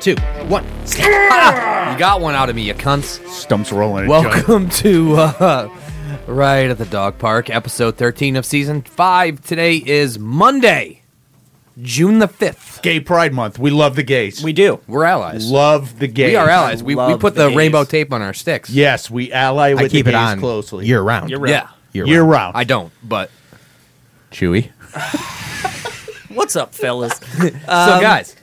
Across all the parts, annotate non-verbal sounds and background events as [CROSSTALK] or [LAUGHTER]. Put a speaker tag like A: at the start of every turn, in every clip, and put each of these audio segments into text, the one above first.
A: two, one. Ah! you got one out of me, you cunts.
B: Stumps rolling. and junk.
A: Welcome to uh, Right at the Dog Park, episode 13 of season 5. Today is Monday, June the 5th.
B: Gay Pride Month. We love the gays.
C: We do.
A: We're allies.
B: love the gays.
A: we are allies. We, we
C: love
A: put the
C: the
A: rainbow
C: gays.
A: tape on our sticks.
B: Yes, we ally with
D: I keep
B: the
D: it
B: gays
D: on
B: closely.
D: year round.
C: Year round.
A: Yeah.
B: year round.
A: I don't, but Chewy.
C: What's up, fellas?
A: so, guys,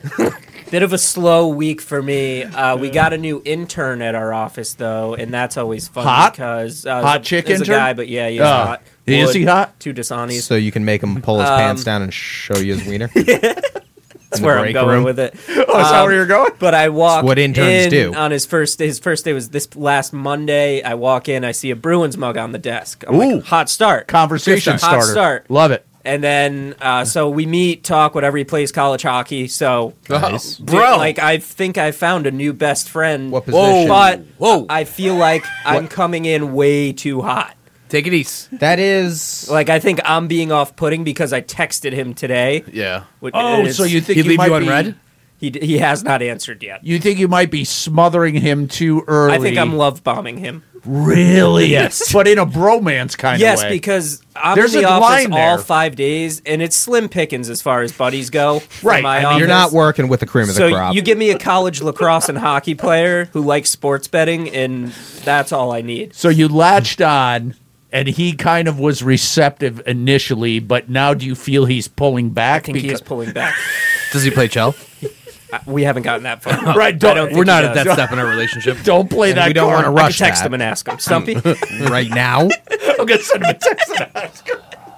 C: Bit of a slow week for me. Uh, we got a new intern at our office though, and that's always fun
B: Hot?
C: because uh,
B: Hot
C: it's a-
B: chick
C: it's
B: intern?
C: a guy, but yeah, he's
B: Oh.
C: hot.
B: Is
C: Wood,
B: he hot?
C: Too dishonest.
D: So you can make him pull his pants down and show you his
C: [LAUGHS]
D: wiener.
C: Um, that's where I'm
D: break
C: going
D: room.
C: with it.
B: Oh, [LAUGHS] is that where you're going?
C: But I walk.
D: It's what interns
C: in
D: do.
C: On his first, his first day was this last Monday. I walk in, I see a Bruins mug on the desk. I'm
B: Ooh.
C: like, hot start.
B: Conversation
C: Hot
B: starter.
C: start.
B: Love it.
C: And then, uh, so we meet, talk, whatever. He plays college hockey, so
D: Nice.
C: Dude,
A: Bro.
C: like I think I found a new best friend.
D: What position?
C: But
A: [LAUGHS] Whoa.
C: I feel like I'm coming in way too hot.
A: take it easy.
D: That is
C: Like I think I'm being off-putting because I texted him today.
A: Yeah.
C: Which-
B: Oh,
C: and it's-
B: so you think
A: He'd
B: you
A: leave
B: might
A: you on
B: be
A: red?
C: he d- he has not answered yet.
B: You think you might be smothering him too early?
C: I think I'm love bombing him.
B: really
C: Yes.
B: [LAUGHS] but in a bromance kind
C: yes,
B: of way.
C: because I'm
B: There's
C: in the
B: a
C: office
B: line there.
C: all five days, and it's slim pickings as far as buddies go. for
B: [LAUGHS] Right,
C: my
B: I mean,
D: you're
C: office.
D: not working with the cream of the
C: So
D: crop.
C: you give me a college lacrosse and hockey player who likes sports betting, and that's all I need.
B: so you latched on, and he kind of was receptive initially, but now do you feel he's pulling back?
C: I think he is pulling back.
A: Does he play Chell?
C: We haven't gotten that
D: [LAUGHS]
C: far.
B: Right,
C: I
B: don't-
C: don't think
A: We're
C: he
A: not at
C: does.
A: that step in our relationship.
B: don't play
D: And
B: that.
D: we don't
B: card.
D: wanna
C: I
D: rush
C: could text
D: that.
C: him and ask him.
D: [LAUGHS]
C: Stumpy,
D: right now.
B: I'm gonna send him a text and ask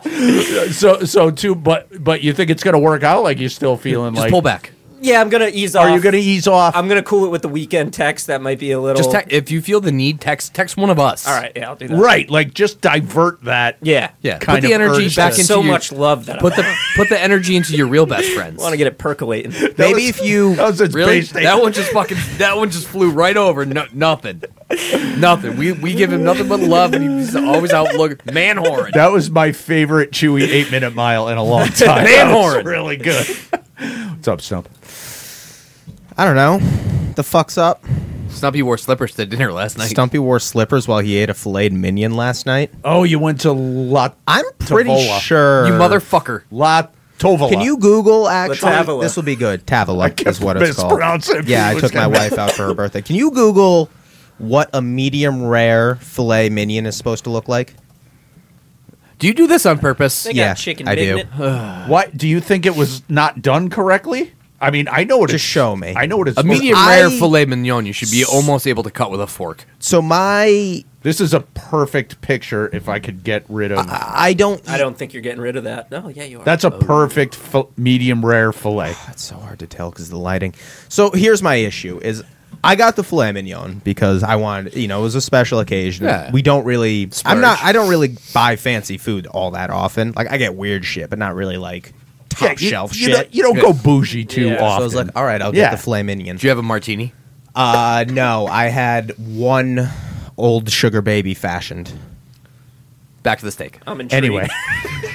B: him. So, so too, but but you think it's gonna work out? Like you're still feeling
A: Just
B: like
A: pull back.
C: yeah, I'm gonna ease off.
B: Are you gonna ease off?
C: I'm gonna cool it with the weekend text. That might be a little.
A: Just te- if you feel the need, text text one of us.
C: All right, yeah, I'll do that.
B: right, like just divert that.
C: Yeah.
A: Yeah.
B: Kind
A: put the
B: of
A: energy
B: urge
A: back
B: to-
A: into
C: So
A: your-
C: much love that
A: Put
C: I
A: the put the energy into your real best friends.
C: want to get it percolating.
D: [LAUGHS] Maybe if
B: [LAUGHS]
D: you
B: That was its
A: Really?
B: base thing.
A: That one just fucking. That one just flew right over. No, nothing. Nothing. We we give him nothing but love, and he's always out looking man horrid.
B: That was my favorite Chewy eight minute mile in a long time.
A: Man
B: That was
A: horn.
B: really good. What's up, Stump?
D: I don't know. The fuck's up?
A: Stumpy wore slippers to dinner last night.
D: Stumpy wore slippers while he ate a filleted minion last night.
B: Oh, you went to La
D: I'm pretty
B: Tavola.
D: sure
A: You motherfucker.
B: La Tovola.
D: Can you Google actually?
C: Tavola.
D: This will be good.
B: I
D: Tavola
B: kept
D: is what it's called.
B: mispronouncing it.
D: Yeah,
B: It
D: I
B: was
D: took my
B: gonna-
D: wife out
C: [LAUGHS]
D: for her birthday. Can you Google what a medium rare filet minion is supposed to look like?
A: Do you do this on purpose?
C: [LAUGHS] They got
D: Yeah,
C: chicken.
D: I do. [LAUGHS]
C: midnight.
B: What do you think it was not done correctly? I mean, I know what
D: Just
B: it's-
D: show me.
B: I know what it's
A: A
B: supposed-
A: medium
D: I-
A: rare filet mignon you should be almost able to cut with a fork.
D: So my
B: This is a perfect picture. If I could get rid of,
D: I don't e-
C: I don't think you're getting rid of that. No, yeah, you are.
B: that's a perfect fil- medium rare fillet.
D: It's so hard to tell because the lighting. So here's my issue: is I got the filet mignon because I wanted, you know, it was a special occasion.
A: Yeah.
D: We don't really.
A: Splurge.
D: I'm not. I don't really buy fancy food all that often. Like I get weird shit, but not really like top
B: you,
D: shelf
B: you
D: shit.
B: Don't, you don't go bougie too
C: Yeah. So
B: often.
D: so I was like, all right, I'll
B: Yeah.
D: get the filet mignon.
A: Do you have a martini?
D: Uh, no, I had one old sugar baby fashioned.
A: Back to the steak.
C: I'm intrigued.
B: anyway,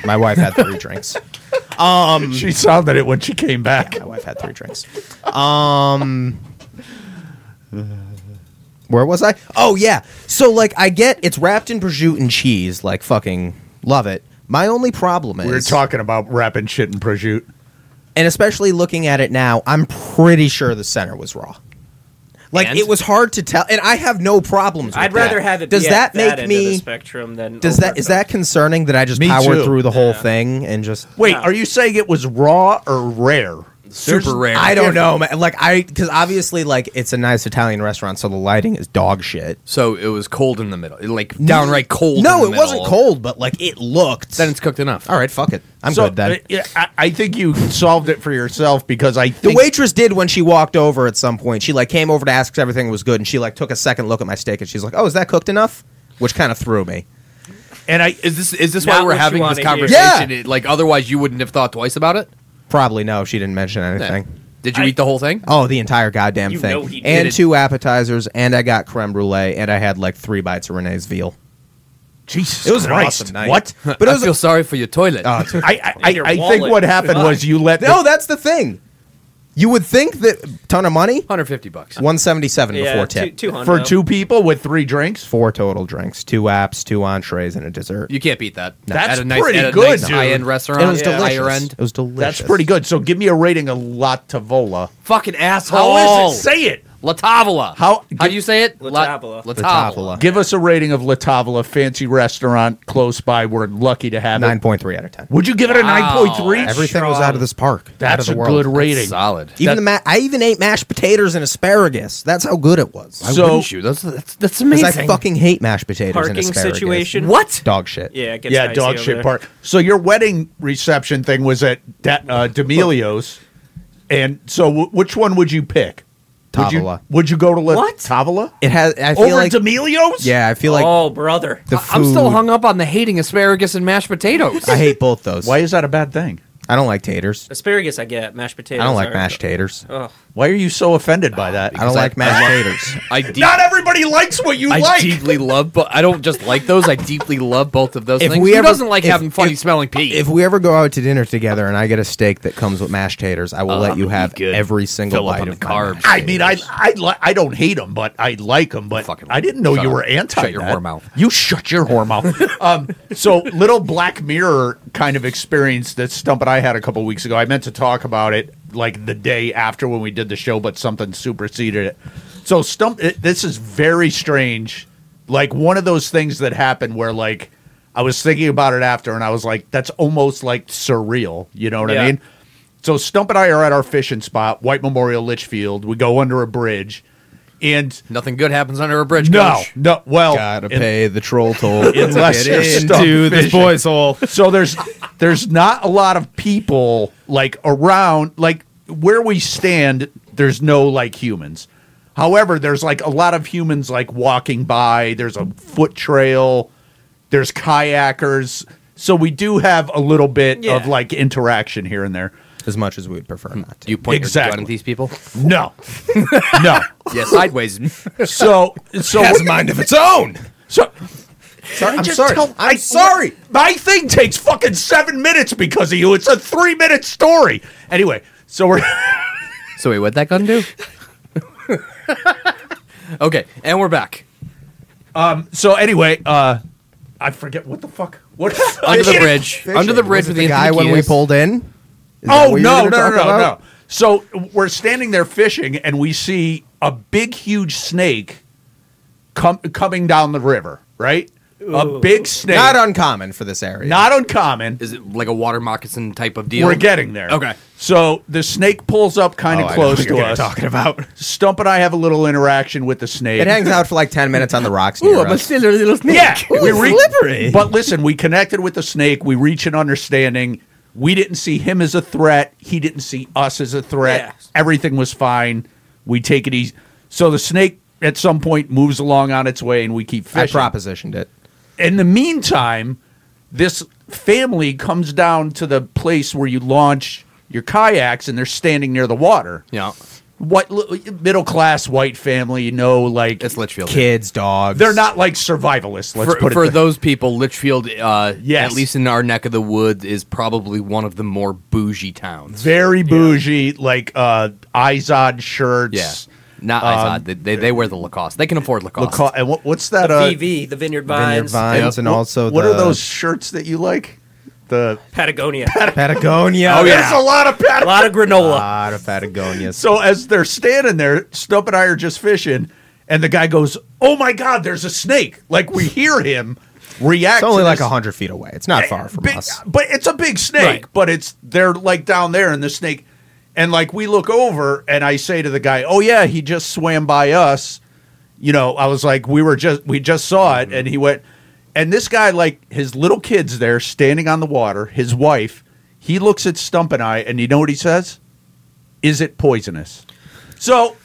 D: My wife had three drinks.
B: [LAUGHS] she sounded it when she came back.
D: My wife had three drinks. Um, where was I? Oh yeah. So like, I get it's wrapped in prosciutto and cheese. Like, fucking love it. My only problem is,
B: We were talking about wrapping shit in prosciutto.
D: and especially looking at it now, I'm pretty sure the center was raw. Like
A: And?
D: it was hard to tell, and I have no problems.
C: [LAUGHS]
D: With
C: I'd rather
D: that.
C: have it.
D: Does
C: be
D: that
C: at
D: make
C: end of the
D: me?
C: spectrum than
D: does that is that concerning that I just
B: Me
D: powered
B: too.
D: through the whole
C: Yeah.
D: thing and just
B: Wait,
C: No.
B: are you saying it was raw or rare?
A: Super rare.
D: I don't know, man. Like I, because obviously, like it's a nice Italian restaurant, so the lighting is dog shit.
A: So it was cold in the middle, like downright cold.
D: No,
A: in
D: it
A: the
D: wasn't
A: middle.
D: cold, but like it looked.
A: Then it's cooked enough.
D: all right. Fuck it. I'm
B: So,
D: good then.
B: uh, yeah, I, I think you solved it for yourself because I
D: the
B: think
D: waitress did when she walked over at some point. She like came over to ask if everything was good, and she like took a second look at my steak, and she's like, "Oh, is that cooked enough?" Which kind of threw me.
B: and I
A: Is this is this
C: Not
A: why
C: what
A: we're
C: you
A: having this
C: wanna hear.
A: conversation? It- Like otherwise, you wouldn't have thought twice about it.
D: Probably no. She didn't mention anything.
A: Did you
C: I-
A: eat the whole thing?
D: Oh, the entire goddamn
C: You
D: thing,
C: know he
D: and
A: did it.
D: two appetizers, and I got creme brulee, and I had like three bites of Renee's veal.
B: Jesus
D: It was an
B: Christ,
D: awesome
B: [LAUGHS]
D: night.
B: What?
D: But it
A: I
D: was
A: feel sorry for your toilet.
D: [LAUGHS] Oh, it's-
B: I I,
C: And
B: I,
C: your
B: I think
C: wallet.
B: what happened was you let the
D: No, that's the oh, thing. You would think that ton of money,
A: 150 bucks.
D: one seventy seven
C: yeah,
D: before
C: two,
D: tip.
C: two
B: for
C: hundo.
B: two people with three drinks.
D: Four total drinks, two apps, two entrees, and a dessert.
A: You can't beat that.
B: That's
A: at a nice,
B: pretty
A: at a
B: good,
A: nice
B: dude.
A: high-end restaurant.
D: And it was
C: Yeah.
D: delicious.
A: Higher end.
D: It was delicious.
B: That's pretty good. So give me a rating of La Tavola.
A: Fucking asshole.
B: How is it? Say it.
A: La Tavola.
B: How-
A: How do you say it?
C: La
A: La-
C: Tavola.
A: La
D: The
A: Tavola.
D: Tavola.
B: Give us a rating of La Tavola, fancy restaurant close by. We're lucky to have
D: Nine
B: it.
D: point three out of ten.
B: Would you give it a nine point three?
D: Everything was out of this park. out of
B: That's
D: the
B: a
D: world.
B: good rating.
A: Solid.
D: Even
B: That-
D: the ma- I even ate mashed potatoes and asparagus. That's how good it was.
A: Why
B: So-
A: wouldn't you? That's, that's, that's
D: Because
A: amazing.
D: I fucking hate mashed potatoes and
C: parking
D: asparagus.
C: situation.
A: what?
D: Dog shit.
C: Yeah, it gets
B: Yeah,
C: dicey
B: dog
C: over
B: shit
C: there.
B: part. So your wedding reception thing was at De- uh, D'Amelio's, and so w- which one would you pick? Would you,
D: Tavola.
B: would you go to La
C: What?
B: Tavola
D: It has. I feel
B: over
D: like.
B: D'Amelio's?
D: yeah, I feel like
C: oh, brother.
D: the
A: I'm still
D: food-
A: hung up on the hating asparagus and mashed potatoes.
D: I hate both those.
B: Why is that a bad thing?
D: I don't like taters.
C: Asparagus, I get mashed potatoes.
D: I don't like
C: are-
D: mashed taters.
C: Ugh.
B: Why are you so offended by that?
D: I don't like mashed taters.
A: [LAUGHS] I deep-
B: Not everybody likes what you
A: I
B: like.
A: deeply love, but I don't just like those. I deeply love both of those
D: If
A: things.
D: we
A: Who
D: ever-
A: doesn't like
D: if-
A: having funny
D: if-
A: smelling pee?
D: If we ever go out to dinner together and I get a steak that comes with mashed taters, I will
A: Oh,
D: let you
A: that'd be
D: have
A: good.
D: every single
A: Fill up
D: bite
A: on
D: of
A: the
D: my
A: carbs.
D: mashed
B: I mean, I
D: taters.
B: I, li- I don't hate them, but I like them. But
A: Fucking-
B: I didn't know
A: shut
B: you
A: up.
B: were anti.
A: Shut your
B: that.
A: whore mouth.
B: You shut your whore
D: [LAUGHS]
B: mouth. um, so little Black Mirror kind of experience that Stump and I had a couple weeks ago. I meant to talk about it like the day after when we did the show, but something superseded it. So Stump, it, this is very strange. Like one of those things that happened where like I was thinking about it after, and I was like, that's almost like surreal. You know what I
C: Yeah.
B: mean? So Stump and I are at our fishing spot, White Memorial Litchfield. We go under a bridge, and
A: Nothing good happens under a bridge.
B: no,
A: coach.
B: no, well,
D: Gotta
B: Oh, in-
D: pay the troll toll to
B: Unless
D: get
B: you're stuck
D: into this
B: fishing.
D: boy's hole.
B: so there's there's not a lot of people like around like where we stand there's no like humans however there's like a lot of humans like walking by there's a foot trail there's kayakers so we do have a little bit of
C: Yeah.
B: like interaction here and there
D: As much as we'd prefer not to.
A: Do you point your gun
B: Exactly.
A: at these
D: [LAUGHS]
A: people?
B: no [LAUGHS] no
A: Yeah, sideways.
B: so so
D: has a mind of its own.
B: so
D: Sorry, I'm
B: Just
D: sorry.
B: tell-
D: I'm sorry.
B: My thing takes fucking seven minutes because of you. It's a three minute story. Anyway, so we're [LAUGHS]
A: so wait, what'd that gun do? [LAUGHS] okay, and we're back.
B: so anyway, uh I forget what the fuck. What
D: Oh,
A: Under the bridge. Under the bridge
D: Was it
A: with
D: the
A: Anthony
D: guy when we
A: Kiedis.
D: pulled in. Is that
B: Oh
D: what you
B: no,
D: were
B: no,
D: gonna
B: no,
D: talk
B: no, no.
D: about?
B: So we're standing there fishing and we see a big huge snake com- coming down the river, right? A big snake.
D: Not uncommon for this area.
B: not uncommon.
A: Is it like a water moccasin type of deal?
B: We're getting there.
A: Okay.
B: So the snake pulls up kind
D: Oh, I
B: of
D: know
B: close
D: what
B: to
D: you're
B: us.
D: Talking about.
B: Stump and I have a little interaction with the snake.
D: It hangs out for like ten minutes on the rocks near us.
A: a little
B: [LAUGHS]
A: snake.
B: Yeah,
D: it's
B: re-
D: slippery.
B: But listen, we connected with the snake. We reach an understanding. We didn't see him as a threat. He didn't see us as a threat.
C: Yeah.
B: Everything was fine. We take it easy. So the snake at some point moves along on its way, and we keep
D: I
B: fishing.
D: propositioned it.
B: In the meantime, this family comes down to the place where you launch your kayaks, and they're standing near the water.
A: Yeah.
B: What middle class white family? You know, like
A: It's Litchfield.
D: Kids, dogs.
B: they're not like survivalists. Let's
A: for,
B: put it
A: for
B: that-
A: those people, Litchfield, uh,
B: Yes.
A: at least in our neck of the woods, is probably one of the more bougie towns.
B: very bougie, like uh Izod shirts.
A: yeah, not Izod. They, they they wear the Lacoste. They can afford Lacoste.
B: Laco- and what, what's that?
C: The
B: uh,
C: VV, the Vineyard
D: vineyard
C: Vines,
D: vines and
B: what-
D: also
B: what
D: the
B: are those shirts that you like? The
C: Patagonia.
D: Patagonia.
A: Oh, yeah.
B: there's a lot of
C: a
B: pat.
C: lot of
D: A
C: granola.
D: [LAUGHS] lot of Patagonia.
B: So as they're standing there, Stump and I are just fishing, and the guy goes, "Oh my God, there's a snake!" Like we hear him react.
D: it's only
B: to
D: like
B: this- Eh,
D: hundred feet away. It's not far from
B: big-
D: us.
B: But it's a big snake.
A: Right.
B: But it's they're like down there, and the snake, and like we look over, and I say to the guy, "Oh yeah, he just swam by us." You know, I was like, we were just we just saw it, and he went, and this guy like his little kids there standing on the water, his wife. He looks at Stump and I, and you know what he says? Is it poisonous? So,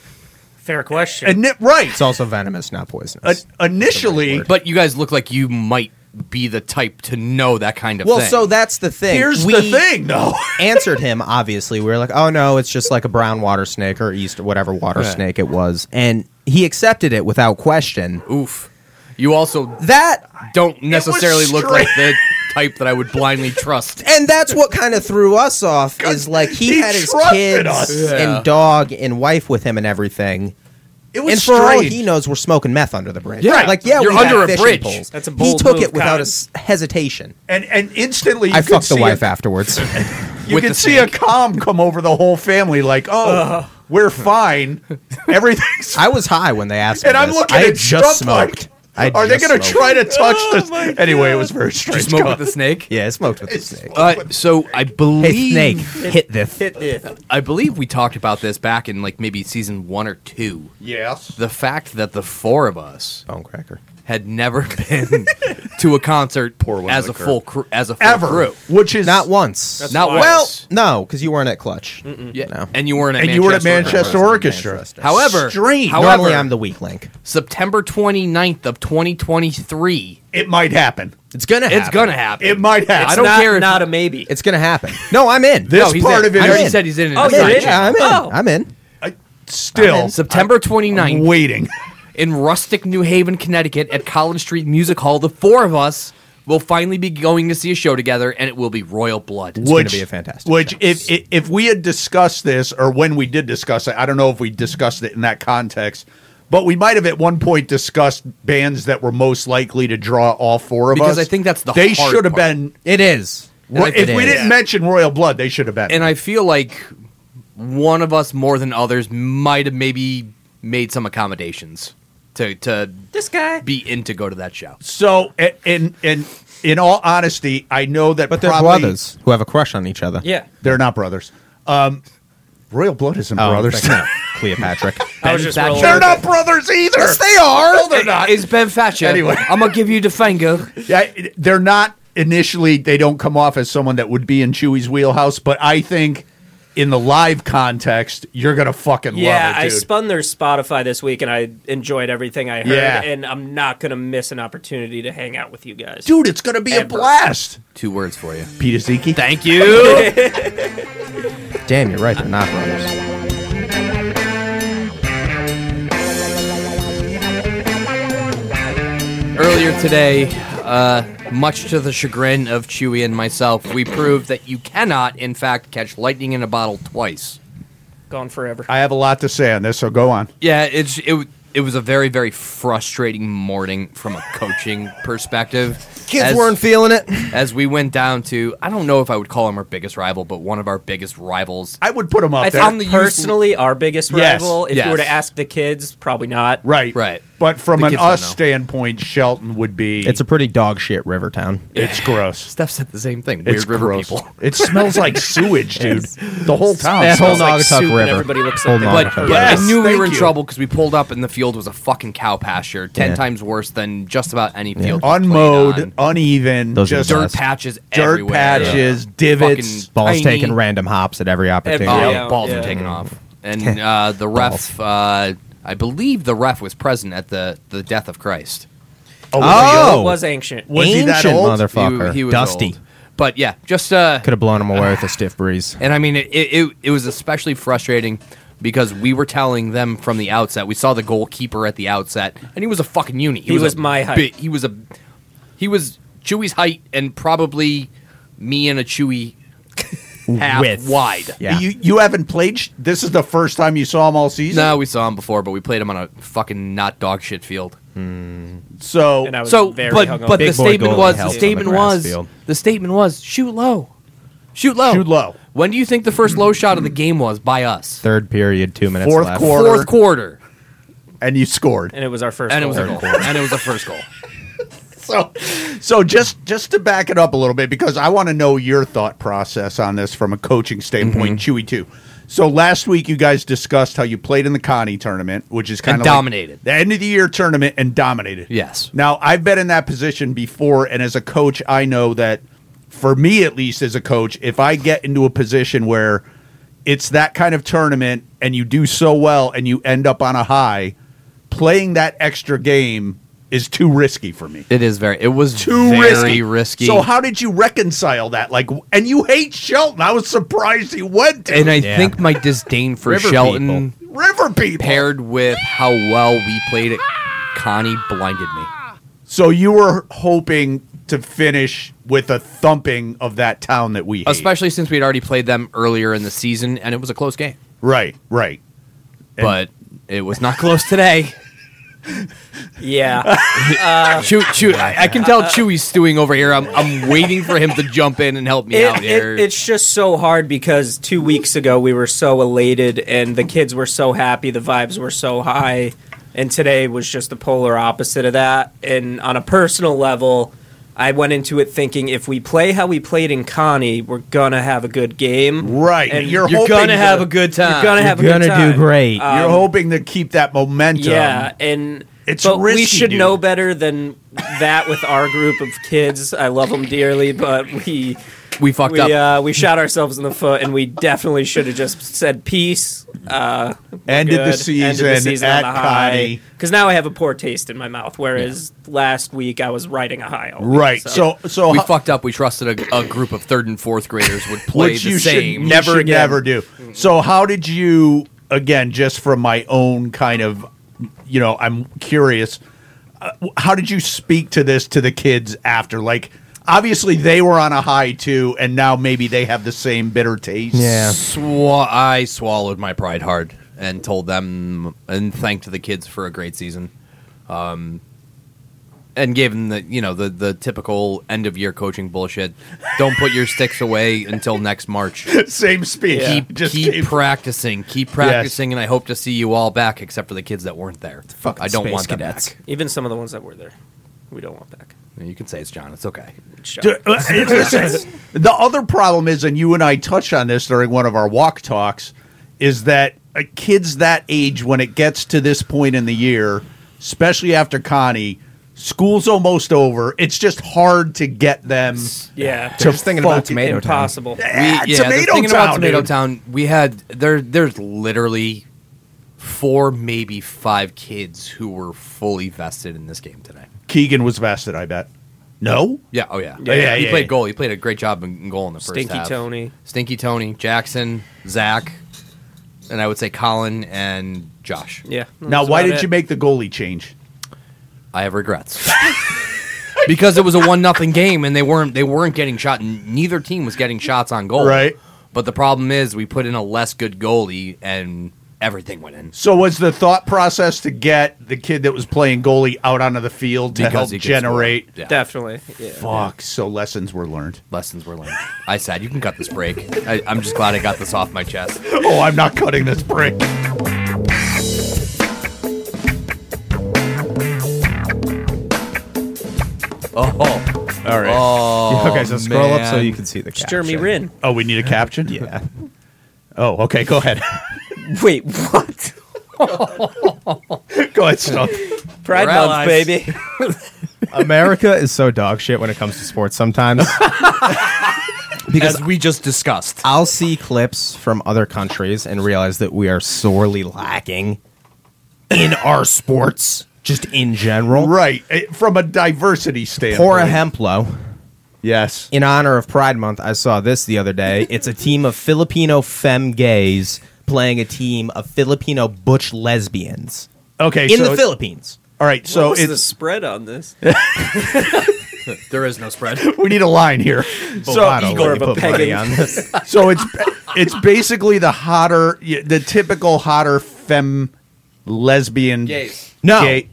C: Fair question.
B: and right,
D: It's also venomous, not
B: uh,
D: poisonous.
B: initially,
A: But you guys look like you might be the type to know that kind of
D: well,
A: thing.
D: so that's the thing.
B: here's
D: we
B: the thing, though.
D: [LAUGHS]
B: [LAUGHS]
D: answered him. Obviously, we were like, "Oh no, it's just like a brown water snake or east or whatever water
A: Right.
D: snake it was," and he accepted it without question.
A: oof. You also
D: That
A: don't necessarily look
B: straight-
A: like the type that I would blindly trust.
D: and that's what kind of threw us off is like he,
B: he
D: had his
B: trusted
D: kids
B: us.
A: Yeah.
D: and dog and wife with him and everything.
B: It
D: And for all he knows, we're smoking meth under the bridge.
A: Yeah.
D: like yeah,
A: You're
D: we had
A: under a
D: fishing
A: bridge.
D: Poles.
C: That's a
D: he
C: bold
D: took
C: move,
D: it without
C: Cotton.
D: a s- hesitation.
B: and and instantly you
D: I
B: could
D: fucked the
B: see
D: wife
B: a,
D: afterwards.
B: You
A: with
B: could
A: the
B: see a calm come over the whole family, like, oh, we're fine, [LAUGHS] everything's.
D: Uh-huh. I was high when they asked me.
B: and I'm
D: this.
B: looking
D: I
B: at
D: had just
B: Trump like,
D: smoked. I had
B: are they
D: just
B: going to
D: smoked. Oh
B: try to touch this? Anyway, it was very strange.
A: Smoke with
B: God.
A: the snake.
D: Yeah, I smoked with the
B: It's-
D: snake.
A: Uh, so I believe
D: Hey, snake, hit this.
C: Hit it.
A: I believe we talked about this back in like maybe season one or two.
B: Yes.
A: The fact that the four of us
D: Bone cracker.
A: had never [LAUGHS] been to a concert
B: one
A: as a
B: liquor.
A: full crew as a full
B: Ever,
A: crew.
B: which is
D: Not once.
C: That's
A: Not
C: wild.
D: well,
A: once.
D: no, because you weren't at Clutch.
A: yeah,
D: no.
A: and you weren't at
B: and
A: Manchester
B: you were at
A: Orchestra.
B: Manchester Orchestra.
D: Orchestra.
A: However,
B: Strange.
A: however,
D: Normally, I'm the weak link.
A: September 29th of 2023.
B: It might happen.
D: It's gonna.
A: It's gonna happen.
B: It might happen.
A: I
C: It's
A: don't
C: not,
A: care if-
C: Not a maybe.
D: It's gonna happen. No, I'm in.
B: This
A: he's
B: part
A: in.
B: of it
A: I already
D: is-
A: said he's in. it.
C: Oh,
A: It's
C: you're
A: not
C: in?
A: changing.
D: yeah, I'm in.
C: Oh.
D: I'm in.
B: Still,
A: September 29th.
B: I'm waiting. [LAUGHS]
A: in rustic New Haven, Connecticut at College Street Music Hall, the four of us will finally be going to see a show together, and it will be Royal Blood.
D: gonna be a fantastic
B: Which,
D: show.
B: if, if if we had discussed this, or when we did discuss it, I don't know if we discussed it in that context, but we might have at one point discussed bands that were most likely to draw all four of us.
A: Because I think that's the
B: they
A: hard
B: should have
A: part.
B: been.
D: It is.
B: Ro-
A: think
B: if
A: it
B: we
A: is.
B: didn't mention Royal Blood, they should have been.
A: And I feel like one of us more than others might have maybe made some accommodations to to
C: this guy.
A: be in to go to that show.
B: so, a- and and in all honesty, I know that,
D: But they're
B: probably,
D: brothers who have a crush on each other.
C: yeah.
B: They're not brothers. Um, Royal Blood isn't
D: Oh,
B: brothers. [LAUGHS]
D: thank- no, Cleopatra.
C: I was just
A: Ben
C: rolling.
A: Thatcher.
B: they're not brothers either.
D: are.
B: No, they're not.
A: It's Ben Thatcher. [LAUGHS]
B: Anyway.
A: I'm gonna give you the finger.
B: Yeah, it- they're not initially. They don't come off as someone that would be in Chewie's wheelhouse, but I think in the live context, you're gonna fucking
C: Yeah,
B: love it,
C: I
B: dude.
C: spun their Spotify this week and I enjoyed everything I heard.
B: Yeah.
C: And I'm not going to miss an opportunity to hang out with you guys.
B: dude, it's gonna be a
C: Ever.
B: blast.
A: Two words for you.
B: Peter Zeke.
A: Thank you.
D: Damn, you're right. They're not brothers.
A: Earlier today, uh, much to the chagrin of Chewy and myself, we proved that you cannot, in fact, catch lightning in a bottle twice.
C: Gone forever.
B: I have a lot to say on this, so go on.
A: Yeah, it's it. w- It was a very, very frustrating morning from a coaching perspective.
D: Kids
A: as,
D: weren't feeling it.
A: as we went down to. I don't know if I would call him our biggest rival, but one of our biggest rivals.
B: I would put him up
C: I
B: there.
A: found the
C: think personally, our biggest
B: Yes,
C: rival, if you were
A: yes.
C: to ask the kids, probably not.
B: right,
A: Right.
B: But from
A: The
B: an
A: kids don't
B: us
A: know.
B: standpoint, Shelton would be.
D: It's a pretty dog shit river town.
B: It's gross.
A: Steph said the same thing. Weird
B: It's
A: river
B: gross.
A: people.
B: [LAUGHS] It smells like sewage, dude. The whole town.
D: That whole
B: smells like
D: Naugatuck
C: soup and
D: River.
C: everybody looks
D: whole
C: like
A: [LAUGHS]
C: they
A: But
C: got
D: Naugatuck
C: hurt.
A: yeah,
B: Yes,
A: I knew we
B: thank
A: were in
B: you.
A: trouble because we pulled up and the field was a fucking cow pasture, ten
D: Yeah.
A: times worse than just about any field. we played
B: unmowed,
A: on.
B: uneven,
D: Those are
B: just
D: the
A: dirt
D: best.
A: patches,
B: dirt
A: everywhere.
B: patches, divots.
A: Fucking
D: Balls
A: Tiny-
D: taking random hops at every opportunity.
A: Oh,
C: Yeah.
A: balls
C: Yeah.
A: were taken off. And uh, the ref, uh, I believe the ref was present at the, the death of Christ.
D: Oh.
C: It was ancient.
B: Was he that
D: Ancient
B: old?
A: He-
D: motherfucker.
A: he was
D: Dusty.
A: old. But yeah, just. Uh,
D: Could have blown him away with a stiff breeze.
A: and I mean, it, it, it was especially frustrating because we were telling them from the outset. We saw the goalkeeper at the outset, and he was a fucking unit.
C: He was
A: a
C: my height.
A: bi- he was a. He was Chewy's height and probably me and a Chewy half
D: Width.
A: wide.
D: Yeah.
B: You you haven't played. sh- This is the first time you saw him all season.
A: No, we saw him before, but we played him on a fucking not dog shit field.
B: So
C: And I was
A: So,
C: very
A: but
C: hungover.
A: but the
D: Big boy
A: statement
D: goalie
A: was the
D: helps on the
A: statement
D: grass
A: was
D: field.
A: the statement was shoot low, shoot
C: Oh.
A: low,
B: Shoot low.
A: When do you think the first low shot of the game was by us?
D: Third period, two minutes
B: Fourth
D: left.
B: quarter.
A: Fourth quarter,
B: and you scored.
C: and it was our first
A: and it was a
C: goal.
A: goal, and it was a first goal.
B: [LAUGHS] So so just just to back it up a little bit because I want to know your thought process on this from a coaching standpoint,
A: Mm-hmm.
B: Chewy too. So last week you guys discussed how you played in the Connie tournament, which is kind of
A: dominated.
B: the end of the year tournament and dominated.
A: Yes.
B: Now, I've been in that position before, and as a coach, I know that for me, at least as a coach, if I get into a position where it's that kind of tournament and you do so well and you end up on a high, playing that extra game is too risky for me.
A: [LAUGHS] It is very. It was
B: Too
A: very
B: risky.
A: risky.
B: So, how did you reconcile that? Like, and you hate Shelton. I was surprised he went to
A: and I
D: Yeah.
A: think my disdain for
D: River
A: Shelton
B: River People.
A: paired with how well we played at Connie blinded me.
B: So you were hoping to finish with a thumping of that town that we hate.
A: especially since we had already played them earlier in the season and it was a close game.
B: right, right. And-
A: but it was not close today.
C: Yeah.
A: Chew, Chew, I, I can tell Chewy's stewing over here. I'm, I'm waiting for him to jump in and help me out
C: It,
A: here.
C: it, it's just so hard because two weeks ago we were so elated and the kids were so happy, the vibes were so high, and today was just the polar opposite of that. And on a personal level, I went into it thinking if we play how we played in Connie, we're gonna have a good game,
B: Right, and you're
A: You're
B: hoping
A: gonna
B: to-
A: have a good time.
C: You're gonna have a
D: gonna
C: good time. Uh,
D: do great.
B: You're hoping to keep that momentum.
C: Um, Yeah, and
B: It's
C: but we
B: risky,
C: should
B: dude.
C: know better than that with our group of kids. I love them dearly, but we
A: we fucked
C: we
A: up.
C: uh, we shot ourselves in the foot, and we definitely should have just said peace. Uh,
B: Ended the
C: good,
B: season,
C: on
B: at
C: a high.
B: Connie.
C: Because now I have a poor taste in my mouth, whereas last week I was riding a high. All week,
B: Right. So so,
A: we
B: ho-
A: fucked up. We trusted a, a group of third and fourth graders would play
B: which
A: the
B: you
A: same.
B: should never
C: should
B: never do. So how did you again just from my own kind of you know, I'm curious uh, how did you speak to this to the kids after like obviously they were on a high too and now maybe they have the same bitter taste.
E: Yeah.
A: Swa- I swallowed my pride hard and told them and thanked the kids for a great season, um, and gave them the you know the the typical end of year coaching bullshit. Don't put your sticks away until next March.
B: [LAUGHS] same speech.
A: Keep
B: Just
A: keep
B: keep-
A: practicing, keep practicing, and I hope to see you all back, except for the kids that weren't there.
D: fucking
A: I don't
D: space
A: want them
D: cadets.
A: back.
C: even some of the ones that were there, we don't want back.
A: You can say it's John. It's okay.
B: Dude, [LAUGHS] it's- it's- the other problem is, and you and I touched on this during one of our walk talks, is that uh, kids that age, when it gets to this point in the year, especially after Connie, school's almost over. It's just hard to get them.
C: [LAUGHS] Yeah,
B: To
D: just thinking about
B: fuck-
D: tomato time.
C: impossible.
A: We,
B: Ah,
A: yeah, the
B: Tomato
A: thinking about
B: Town,
A: Tomato
B: dude.
A: Town, we had there. There's literally four, maybe five kids who were fully vested in this game today.
B: Keegan was vested, I bet. No,
A: Yeah. Oh yeah.
B: Yeah, yeah,
A: He
B: yeah,
A: played
B: yeah.
A: goal. He played a great job in in goal in the first
C: Stinky
A: half.
C: Tony.
A: Stinky Tony, Jackson, Zach, and I would say Colin and Josh.
C: Yeah.
B: now
C: Mm, that's
B: why
C: about
B: did
C: it.
B: you make the goalie change?
A: I have regrets. [LAUGHS] because it was a one nothing game and they weren't they weren't getting shot and neither team was getting shots on goal.
B: Right.
A: But the problem is we put in a less good goalie and everything went in.
B: So was the thought process to get the kid that was playing goalie out onto the field to
A: Because
B: help
A: he could
B: generate?
A: score. Yeah.
C: Definitely. Yeah.
B: Fuck. So lessons were learned.
A: Lessons were learned. I said you can cut this break. I, I'm just glad I got this off
B: [LAUGHS]
A: my chest.
B: Oh, I'm not cutting this break.
A: Oh,
B: All right.
A: oh
D: okay, so scroll up so
A: man.
D: you can see the caption.
C: Jeremy Rin.
B: Oh, we need a caption?
D: Yeah.
B: Oh, okay. Go ahead. [LAUGHS]
C: Wait, [LAUGHS] what?
B: go ahead, Stump.
C: Pride
A: We're
C: Month,
A: allies.
C: baby.
D: America is so dog shit when it comes to
C: [LAUGHS]
D: sports sometimes.
A: because we just discussed.
D: I'll see clips from other countries and realize that we are sorely lacking in our sports, just in general.
B: Right. eh, From a diversity standpoint.
D: Cora Hemplo,
B: Yes.
D: in honor of Pride Month, I saw this the other day. It's a team of Filipino femme gays playing a team of Filipino butch lesbians
B: Okay.
D: in
B: so
D: the Philippines.
B: All right. So
C: What's the
B: it's,
C: spread on this?
A: There is no spread.
B: [LAUGHS] we need a line here.
D: I
B: so,
D: don't
C: Igor
D: let you put money [LAUGHS]
C: Papagian.
D: on this.
B: so it's [LAUGHS] it's basically the hotter, y- the typical hotter femme lesbian.
A: Gays.
D: No.
B: gay-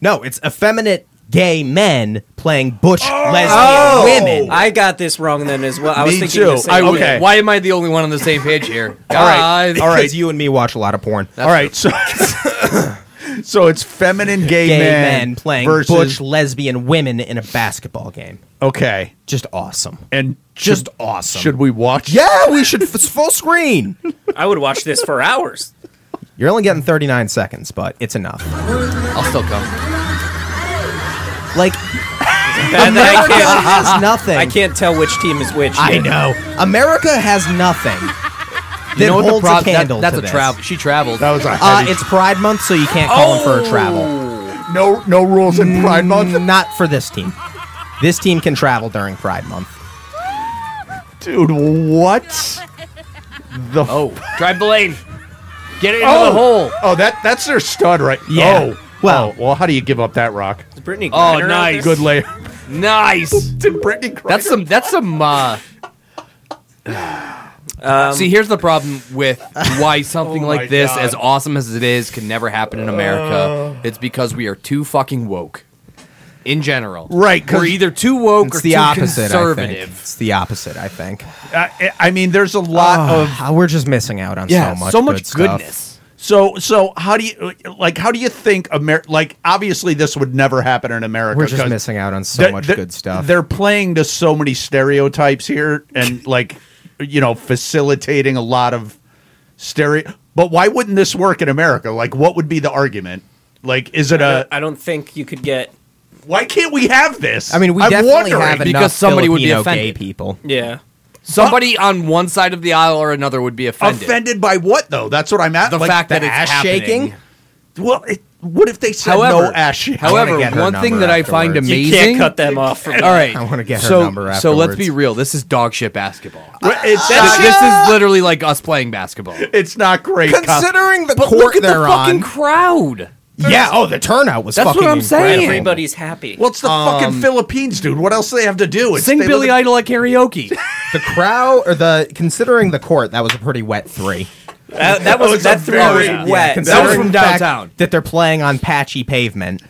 D: No, it's effeminate gay men playing butch lesbian women.
C: I got this wrong then as well. I was
B: Me
C: thinking
B: too.
C: the same
B: I
C: thing.
B: would- Okay.
A: Why am I the only one on the same page here?
B: [LAUGHS] All right,
A: Guys.
B: all right.
D: Because you and me watch a lot of porn.
B: All right. So, so [COUGHS] it's feminine gay,
D: gay
B: men,
D: men, playing
B: versus,
D: butch lesbian women in a basketball game.
B: Okay.
D: Just awesome.
B: And
D: Just
B: should,
D: awesome.
B: Should we watch?
D: Yeah, we should f- full screen.
C: I would watch this for [LAUGHS] hours.
D: You're only getting 39 seconds, but it's enough.
A: [LAUGHS] I'll still come.
D: Like
C: Bad that I
D: America
C: can't.
D: has nothing.
C: I can't tell which team is which.
D: I
C: yet.
D: know. America has nothing.
A: You
D: that
A: know what the
D: holds
A: prob-
D: a
A: that-
D: candle
A: that's
D: to
A: a
D: this.
A: travel. She traveled.
B: That was a
D: Uh,
B: heavy,
D: it's Pride Month, so you can't call them for a travel.
B: no no rules
D: Mm.
B: in Pride
F: Oh.
B: Month.
D: Not for this team. This team can travel during Pride Month.
B: Dude, what? The
A: Oh, drive the lane. Get it into
B: Oh!
A: the hole.
B: Oh, that that's their stud, right?
D: Yeah.
B: Oh,
D: Well-
B: well, well, how do you give up that rock?
C: Is Brittany.
A: Oh,
C: Griner out
A: nice.
B: [LAUGHS]
C: there?
B: Good lay.
A: Nice.
B: to Brittany Griner.
A: That's some. That's some. Uh, See, here's the problem with why something
B: Oh my
A: like this,
B: God.
A: as awesome as it is, can never happen in America. it's because we are too fucking woke, in general.
B: Right, 'cause-
A: We're either too woke
F: It's
A: or
F: the
A: too
F: opposite. I think.
A: conservative.
F: It's the opposite. I think.
B: I, I mean, there's a lot of
F: Ah, we're just missing out on
A: Yeah,
F: so much. good stuff.
A: goodness.
B: so so. How do you like? How do you think Amer? Like, obviously, this would never happen in America.
F: We're just
B: 'cause
F: missing out on so
B: they're-
F: much
B: they're-
F: good stuff.
B: They're playing to so many stereotypes here, and like, you know, facilitating a lot of stereo. But why wouldn't this work in America? Like, what would be the argument? Like, is it a?
C: Uh, I don't think you could get.
B: Why can't we have this?
F: I mean, we
B: I'm
F: definitely
B: wondering.
F: have enough
A: because somebody would be
F: Filipino
A: offended.
F: Gay people.
C: Yeah.
A: Somebody on one side of the aisle or another would be offended.
B: offended. by what though? That's what I'm at.
A: The
B: Like,
A: fact that
B: the
A: it's
B: ass
A: happening.
B: shaking. Well, it, what if they said
A: However,
B: no ass shaking?
A: however,
F: get her
A: one thing
F: number
A: that I find
F: afterwards.
A: amazing.
C: You can't cut them off from.
A: All right,
F: I wanna get her
A: so,
F: number
A: So let's be
F: afterwards.
A: real. This is dog shit basketball.
B: Well, it's
A: This,
B: not,
A: this is literally like us playing basketball.
B: it's not great. Con-
F: Considering the
A: But
F: court
A: look at
F: they're
A: the fucking
F: on.
A: crowd.
F: yeah. Oh, the turnout was.
A: That's what
F: fucking
A: I'm saying.
F: incredible.
C: Everybody's happy.
B: well, it's the
F: Um,
B: fucking Philippines, dude. What else do they have to do? It's,
A: Sing
B: they
A: Billy
B: live
A: Idol at karaoke.
F: The crowd or the considering the court that was a pretty wet three.
C: that, that was
B: was
C: that
B: a
C: three
B: very-
C: was
B: yeah,
C: wet.
F: Considering
A: was from
F: the fact
A: downtown.
F: That they're playing on patchy pavement.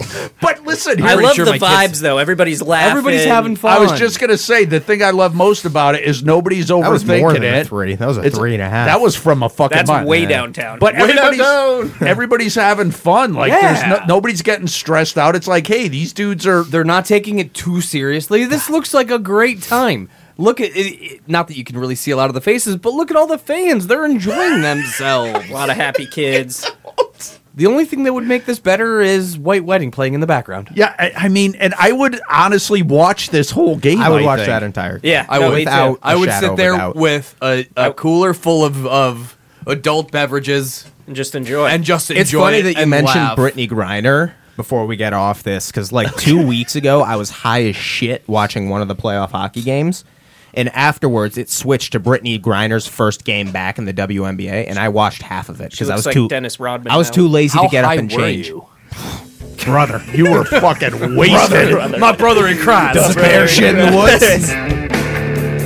B: in- But listen,
C: I
B: here,
C: love
A: sure
C: the
A: my
C: vibes
A: kids-
C: though. Everybody's laughing.
A: Everybody's having fun.
B: I was just gonna say the thing I love most about it is nobody's overthinking
F: That was more than
B: it.
F: a three. That was a
B: It's-
F: three and a half.
B: That was from a fucking.
C: That's
B: mile.
C: way downtown.
B: But
C: Way
B: everybody's, [LAUGHS] everybody's having fun. Like
A: Yeah.
B: there's no, nobody's getting stressed out. It's like, hey, these dudes are
A: They're not taking it too seriously. This looks like a great time. Look at it, it- not that you can really see a lot of the faces, but look at all the fans.
F: [LAUGHS]
A: They're enjoying themselves.
C: a lot of happy [LAUGHS] kids.
A: the only thing that would make this better is White Wedding playing in the background.
B: Yeah, I, I mean, and I would honestly watch this whole game.
F: I would watch
B: think.
F: that entire.
C: Yeah,
A: I
C: no,
A: would
C: me too.
F: without-
A: I
F: a
A: would
F: shadow
A: sit
F: of
A: there
F: a doubt.
A: with a, a cooler full of, of adult beverages
C: And just enjoy.
A: and just enjoy
F: It's funny
A: it
F: that you
A: and
F: mentioned
A: laugh.
F: Brittany Griner before we get off this because like two weeks ago I was high as shit watching one of the playoff hockey games. And afterwards, it switched to Brittany Griner's first game back in the WNBA, and I watched half of it
C: She
F: because
C: looks
F: I was
C: like
F: too
C: Dennis Rodman.
F: I was
C: now.
F: too lazy
A: How
F: to get up
A: high
F: and
A: were
F: change.
A: you?
B: [LAUGHS] brother. You
F: [LAUGHS]
B: were fucking wasted.
A: My [LAUGHS] brother in crime.
F: Bear shit in the woods.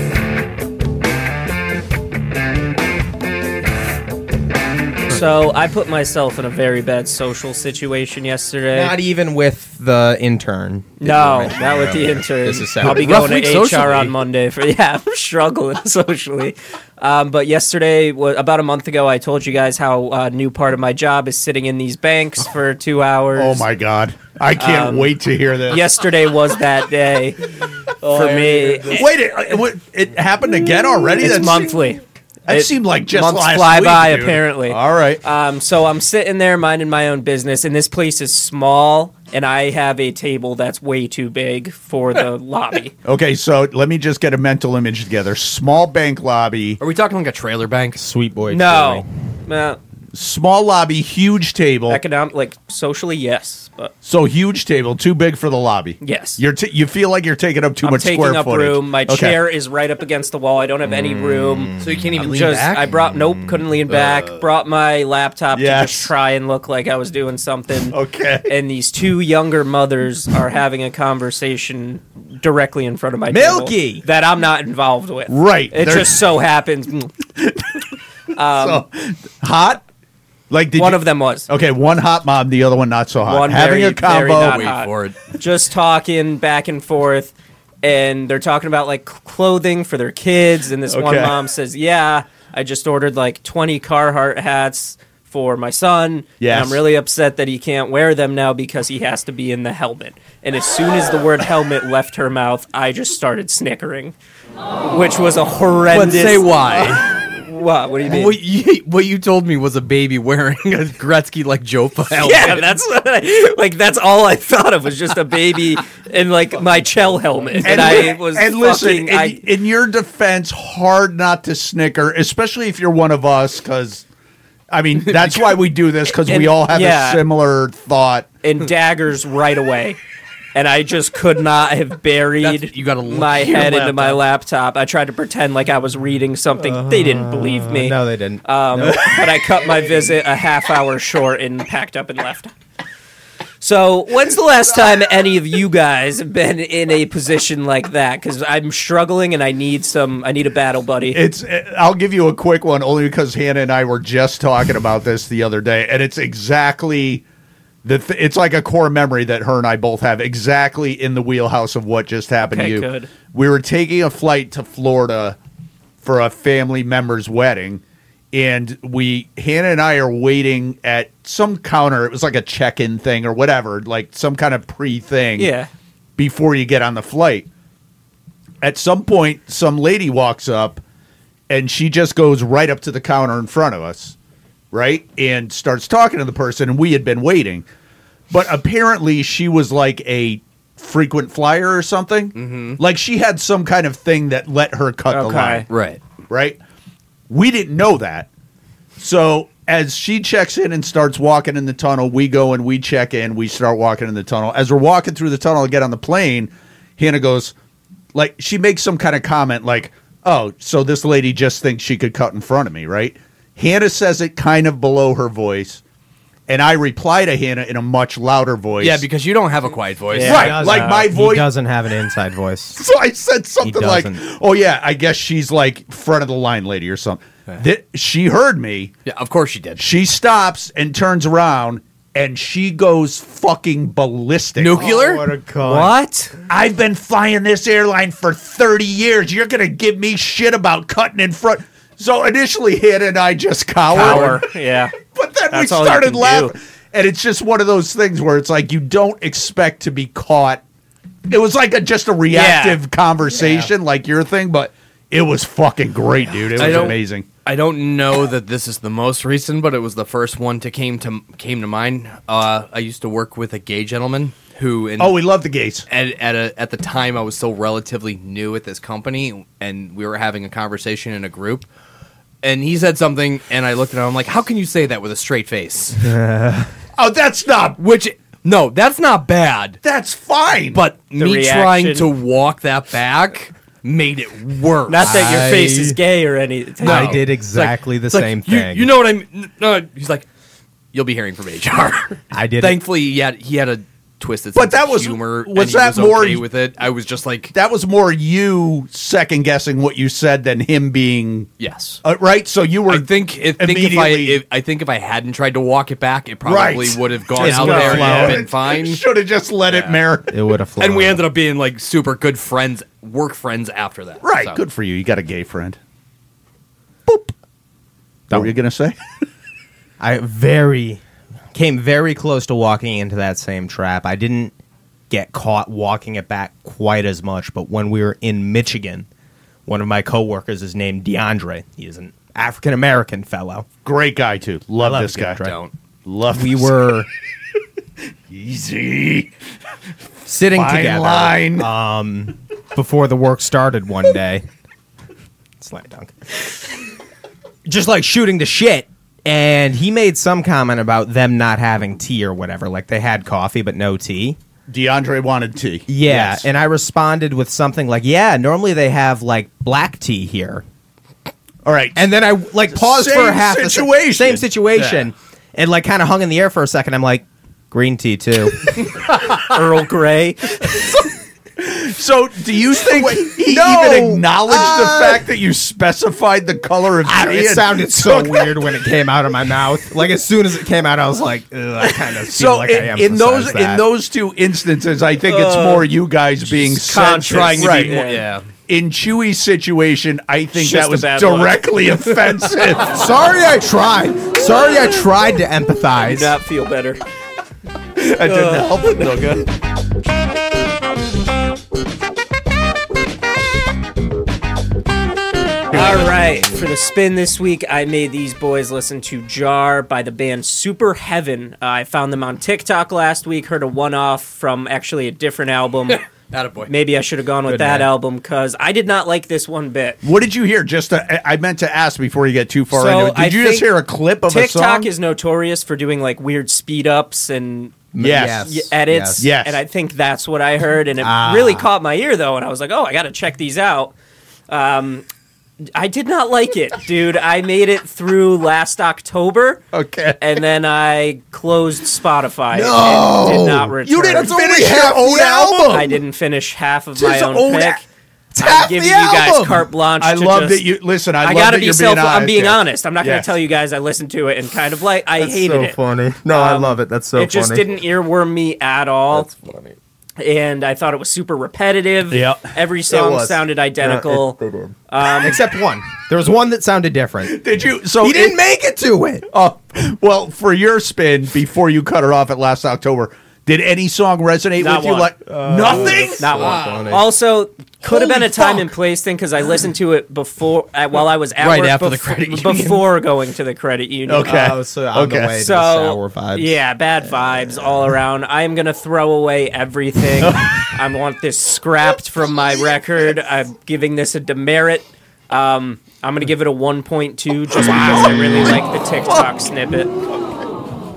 C: So I put myself in a very bad social situation yesterday.
F: Not even with the intern.
C: no, not with the intern.
F: This is sad.
C: I'll be
A: Rough
C: going to
A: week
C: HR
A: socially.
C: on Monday for [LAUGHS] yeah. I'm struggling [LAUGHS] socially, um, but yesterday, wa- about a month ago, I told you guys how uh, new part of my job is sitting in these banks for two hours.
B: Oh my god, I can't
C: Um,
B: wait to hear this.
C: Yesterday was that day for me.
B: Wait, it, it, what- it happened again already.
C: It's
B: That
C: monthly.
B: Seemed, that
C: It-
B: seemed like just
C: months
B: last
C: fly
B: week,
C: by,
B: dude.
C: apparently.
B: All right.
C: Um, so I'm sitting there minding my own business, and this place is small, and I have a table that's way too big for the lobby.
B: okay, so let me just get a mental image together. Small bank lobby,
A: Are we talking like a trailer bank?
F: Sweet boy.
C: No, no,
B: small lobby, huge table.
C: economic, like socially, yes, but
B: So huge table, too big for the lobby.
C: Yes.
B: You're t- you feel like you're taking up too
C: I'm
B: much square
C: taking up
B: footage.
C: room. My
B: Okay.
C: chair is right up against the wall. I don't have any room.
A: Hmm. So you can't even Uh,
C: I'm just, I brought nope, couldn't lean back. Brought my laptop to
B: Yes.
C: just try and look like I was doing something.
B: Okay.
C: [LAUGHS] And these two younger mothers are having a conversation directly in front of my table
F: Milky!
C: that I'm not involved with.
B: Right.
C: It
B: They're
C: just so happens mm,
B: so hot. Like did
C: one
B: you-
C: of them was
B: Okay, one hot mom, the other one not so hot.
C: One
B: Having
C: very,
B: a
C: very
B: combo.
C: not
A: Wait
C: hot.
A: for it.
C: just talking back and forth, and they're talking about like c- clothing for their kids. And this one
B: Okay.
C: mom says, "Yeah, I just ordered like 20 Carhartt hats." For my son,
B: Yes.
C: and I'm really upset that he can't wear them now because he has to be in the helmet. And as soon as the word helmet left her mouth, I just started snickering, which was a
A: But
C: horrendous.
A: say [LAUGHS] why.
C: what? What do you mean?
A: what, you, what you told me was a baby wearing a Gretzky like Jofa helmet.
C: [LAUGHS] Yeah, that's what I, like that's all I thought of was just a baby in like my Chell helmet, and,
B: li-
C: I
B: [LAUGHS]
C: was
B: and listen,
C: fucking- I,
B: in, in your defense, hard not to snicker, especially if you're one of us, because I mean
C: [LAUGHS]
B: that's why we do this because we
C: And-
B: all have
C: yeah.
B: a similar thought.
A: [LAUGHS]
C: and daggers right away. And I just could not have buried
A: That's- you gotta look
C: my
A: at your
C: head into my laptop. I tried to pretend like I was reading something. they didn't believe me.
D: Oh,
A: Uh,
F: No,
C: Uh,
F: they didn't.
C: um, But I cut my visit a half hour short and packed up and left. So, when's the last time any of you guys have been in a position like that? Because I'm struggling and I need some. I need a battle buddy.
B: It's. I'll give you a quick one, only because Hannah and I were just talking about this the other day, and it's exactly the. Th- it's like a core memory that her and I both have, exactly in the wheelhouse of what just happened
C: Okay,
B: to you.
C: good.
B: We were taking a flight to Florida for a family member's wedding, and we Hannah and I are waiting at some counter. It was like a check-in thing or whatever, like some kind of pre thing.
C: Yeah.
B: Before you get on the flight at some point some lady walks up and she just goes right up to the counter in front of us right and starts talking to the person and we had been waiting but apparently she was like a frequent flyer or something like she had some kind of thing that let her cut the
C: Okay.
B: line
A: Right.
B: right? We didn't know that. So as she checks in and starts walking in the tunnel, we go and we check in. We start walking in the tunnel. As we're walking through the tunnel to get on the plane, Hannah goes, like, she makes some kind of comment like, oh, so this lady just thinks she could cut in front of me, right? Hannah says it kind of below her voice. And I reply to Hannah in a much louder voice.
A: Yeah, because you don't have a quiet voice.
B: Yeah. Right, like my voice-
D: He doesn't have an
C: [LAUGHS]
D: inside voice.
B: [LAUGHS] So I said something like,
D: doesn't.
B: "Oh yeah, I guess she's like front of the line lady or something." That she heard me.
A: Yeah, of course you did.
B: She stops and turns around and she goes fucking ballistic.
A: Nuclear?
C: what?
B: I've been flying this airline for 30 years. You're going to give me shit about cutting in front. So initially, Hannah and I just cowered.
C: Power. Yeah.
B: But then
C: That's
B: we
C: all you
B: started
C: can
B: laughing.
C: do.
B: And it's just one of those things where it's like you don't expect to be caught. It was like a, just a reactive conversation, like your thing, but it was fucking great, dude. It
A: I
B: was
A: don't-
B: amazing.
A: I don't know that this is the most recent, but it was the first one to came to came to mind. Uh, I used to work with a gay gentleman who in,
B: Oh, we love the gates.
A: at at, a, at the time I was still relatively new at this company, and we were having a conversation in a group. And he said something, and I looked at him. I'm like, "How can you say that with a straight
D: [LAUGHS]
A: face?"
B: Oh, that's not.
A: Which, no, that's not bad.
B: That's fine.
A: But me trying
C: reaction.
A: to walk that back made it worse.
C: Not that your face is
D: I-
C: gay or anything.
A: No.
D: I
A: It's
D: did
A: like-
D: exactly the
A: it's like,
D: same
A: you-
D: thing.
A: You, know what I mean? No, he's like, you'll be hearing from HR.
D: I [LAUGHS] did it.
A: Thankfully, he had he had a twisted
B: But
A: sense
B: that
A: of
B: was-
A: humor.
B: was
A: and he
B: that
A: was
B: more-
A: okay with it? I was just like,
B: that was more you second guessing what you said than him being
A: yes.
B: uh, right. So you were.
A: I think if, think if I
B: immediately-
A: if, I think if I hadn't tried to walk it back, it probably
B: Right.
A: would have gone
D: Just
A: out
D: go.
A: there
D: Yeah.
A: and
B: [LAUGHS]
A: been fine.
B: Should have just let it marinate.
D: It would have flown.
A: And we ended up being like super good friends, work friends after that.
B: Right.
A: So-
B: Good for you. You got a gay friend. Boop. What were you gonna say? [LAUGHS]
D: I very came very close to walking into that same trap. I didn't get caught walking it back quite as much, but when we were in Michigan, one of my coworkers is named DeAndre. He is an African American fellow.
B: Great guy too. Love,
D: love
B: this guy.
D: DeAndre.
A: Don't.
B: Love.
D: We
B: this-
D: were
B: [LAUGHS] easy.
D: sitting
B: Fine
D: together
B: line.
D: before the work started one day. [LAUGHS] Slam dunk. Just like shooting the shit. And he made some comment about them not having tea or whatever. Like they had coffee but no tea.
B: DeAndre wanted tea.
D: Yeah,
B: Yes.
D: and I responded with something like, "Yeah, normally they have like black tea here."
B: All right.
D: And then I like paused
B: Same
D: for half a sec-
B: situation.
D: same situation, and like kind of hung in the air for a second. I'm like, "Green
B: [LAUGHS]
D: tea too." [LAUGHS]
C: Earl Grey.
B: [LAUGHS] so, do
D: [LAUGHS]
B: you think he
D: No. Uh,
B: even acknowledged the fact that you specified the color of tea?
D: I don't- it
B: and
D: sounded so
B: took-
D: weird when it came out of my mouth. Like as soon as it came out, I was like, Ugh, "I kind of
B: So
D: feel like I
B: in,
D: am."
B: in those in those two instances, I think it's
C: Uh,
B: more you guys being
C: con-
B: conscious,
A: Trying to
B: right?
A: be more, yeah.
B: In Chewy's situation, I think
C: Just
B: that
C: a
B: was
C: bad luck.
B: directly offensive.
D: sorry, I tried. Sorry, I tried to
C: I
D: empathize.
C: do not feel better.
B: That didn't
C: Uh,
B: help it no good.
C: All right, for the spin this week, I made these boys listen to Jar by the band Super Heaven. Uh, I found them on TikTok last week, heard a one off from actually a different album.
B: [LAUGHS]
A: Attaboy.
C: Maybe I should have gone with that album because I did not like this one bit.
B: What did you hear? Just to, I I meant to ask before you get too far
C: So,
B: into it. Did
C: I
B: you just
C: think
B: hear a clip of a
C: TikTok
B: song?
C: is notorious for doing like weird speed ups and
B: yes.
C: y- edits.
B: Yes. Ah.
C: And I think that's what I heard. And it really caught my ear, though. And I was like, oh, I got to check these out. Um, I did not like it, dude. I made it through last October.
B: Okay.
C: And then I closed Spotify. No, did not return.
B: You didn't finish your
G: half
B: own
G: the
B: album.
C: I didn't finish half of my
G: Just
C: own
G: own
C: pick.
G: a-
C: I'm
G: half
C: giving
G: the
C: you guys
G: album.
C: carte blanche.
B: I
C: to
B: love
C: just-
B: that you listen. I,
C: I,
B: love
C: gotta
B: that
C: be
B: you're
C: self.
B: Being honest
C: I'm being
B: here.
C: honest. I'm not gonna
B: Yes.
C: tell you guys I listened to it and kind of like I hated it.
D: funny. No, I
C: Um,
D: love it. That's so
C: it just
D: funny.
C: didn't earworm me at all,
D: That's funny.
C: and I thought it was super repetitive.
B: Yeah.
C: every song
D: was. Uh,
C: sounded identical. Um,
D: They did.
G: Except one.
D: There was one that sounded [LAUGHS] different.
B: Did you? So
G: He
B: it-
G: didn't make it to it.
B: Oh, well, for your spin before you cut her off at last October, did any song resonate
C: Not
B: with you?
C: one.
B: Like nothing.
C: Not
A: Wow.
C: one. Also, could have been a time and place thing because I listened to it before uh, while I was at
A: Right
C: work
A: after the
C: befo-
A: credit union.
C: before going to the credit union. Uh,
B: Okay.
D: Oh, so on the
B: Okay.
D: way to
C: So
D: sour vibes.
C: yeah, bad vibes all around. I am gonna throw away everything. I want this scrapped from my record. I'm giving this a demerit. Um, I'm gonna give it a 1.2 just because I really like the TikTok snippet.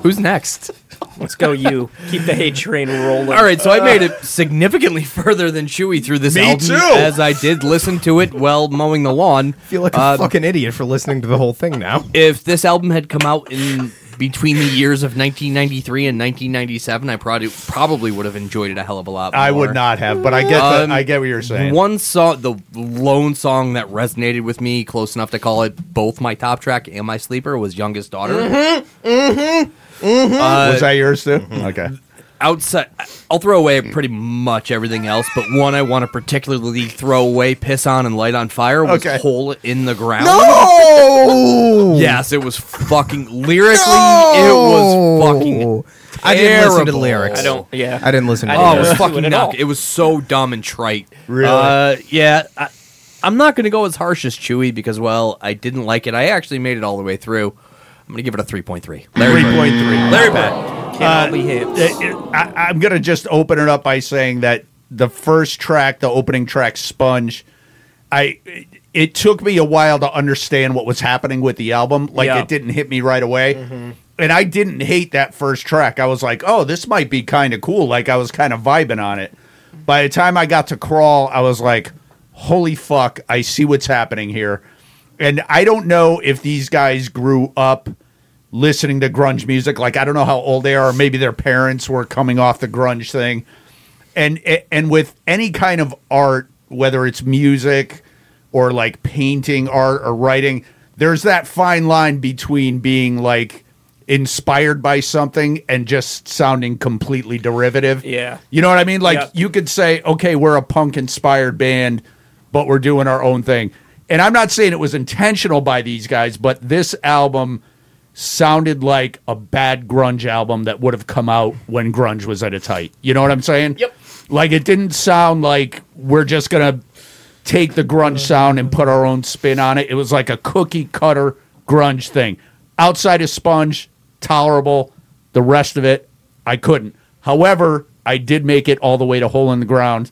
A: Who's next?
C: Let's go, you. Keep the hate train rolling.
A: [LAUGHS] All right, so I
B: [LAUGHS]
A: made it significantly [LAUGHS] further than Chewy through this
B: Me
A: album,
B: too.
A: as I did listen to it while mowing the lawn.
D: I feel like a
G: Uh,
D: fucking idiot for listening to the whole
G: [LAUGHS]
D: thing now.
A: if this album had come out in between the years of 1993 and 1997, I probably probably would have enjoyed it a hell of a lot. More.
B: I would not have, but I get
A: Um,
B: the, I get what you're saying.
A: One song, the lone song that resonated with me close enough to call it both my top track and my sleeper was "Youngest Daughter." uh,
B: was that yours too? Okay.
A: outside I'll throw away pretty much everything else, but one I want to particularly throw away, piss on, and light on fire was
B: Okay.
A: hole in the ground.
G: No.
A: Yes, it was fucking lyrically it was fucking
G: Oh! I didn't listen to the
A: terrible.
G: lyrics.
C: I don't. Yeah.
G: I didn't listen to
C: I
G: the
A: Oh, it
C: [LAUGHS]
G: lyrics.
A: was
C: Yeah.
A: fucking
C: Do it at
A: knock.
C: all.
A: It was so dumb and trite.
B: Really?
A: Uh, yeah. I, I'm not gonna go as harsh as Chewy because well, I didn't like it. I actually made it all the way through. I'm gonna give it a 3.3. Larry
B: Three
A: Bird.
B: point three.
A: Larry Bird.
C: Can't all be hits.
B: Uh, I, I'm gonna just open it up by saying that the first track, the opening track, "Sponge," I it took me a while to understand what was happening with the album. Like
C: Yeah. Mm-hmm.
B: it didn't hit me right away, and I didn't hate that first track. I was like, "Oh, this might be kind of cool." Like I was kind of vibing on it. By the time I got to crawl, I was like, "Holy fuck! I see what's happening here." And I don't know if these guys grew up listening to grunge music. Like I don't know how old they are, or maybe their parents were coming off the grunge thing. And and with any kind of art, whether it's music or like painting art or writing, there's that fine line between being like inspired by something and just sounding completely derivative.
C: Yeah.
B: You know what I mean? Like
C: Yep.
B: you could say, okay, we're a punk inspired band, but we're doing our own thing. And I'm not saying it was intentional by these guys, but this album sounded like a bad grunge album that would have come out when grunge was at its height. You know what I'm saying? Yep. Like it didn't sound like we're just gonna take the grunge sound and put our own spin on it. It was like a cookie cutter grunge thing. Outside of Sponge, tolerable. The rest of it, I couldn't. However, I did make it all the way to Hole in the Ground.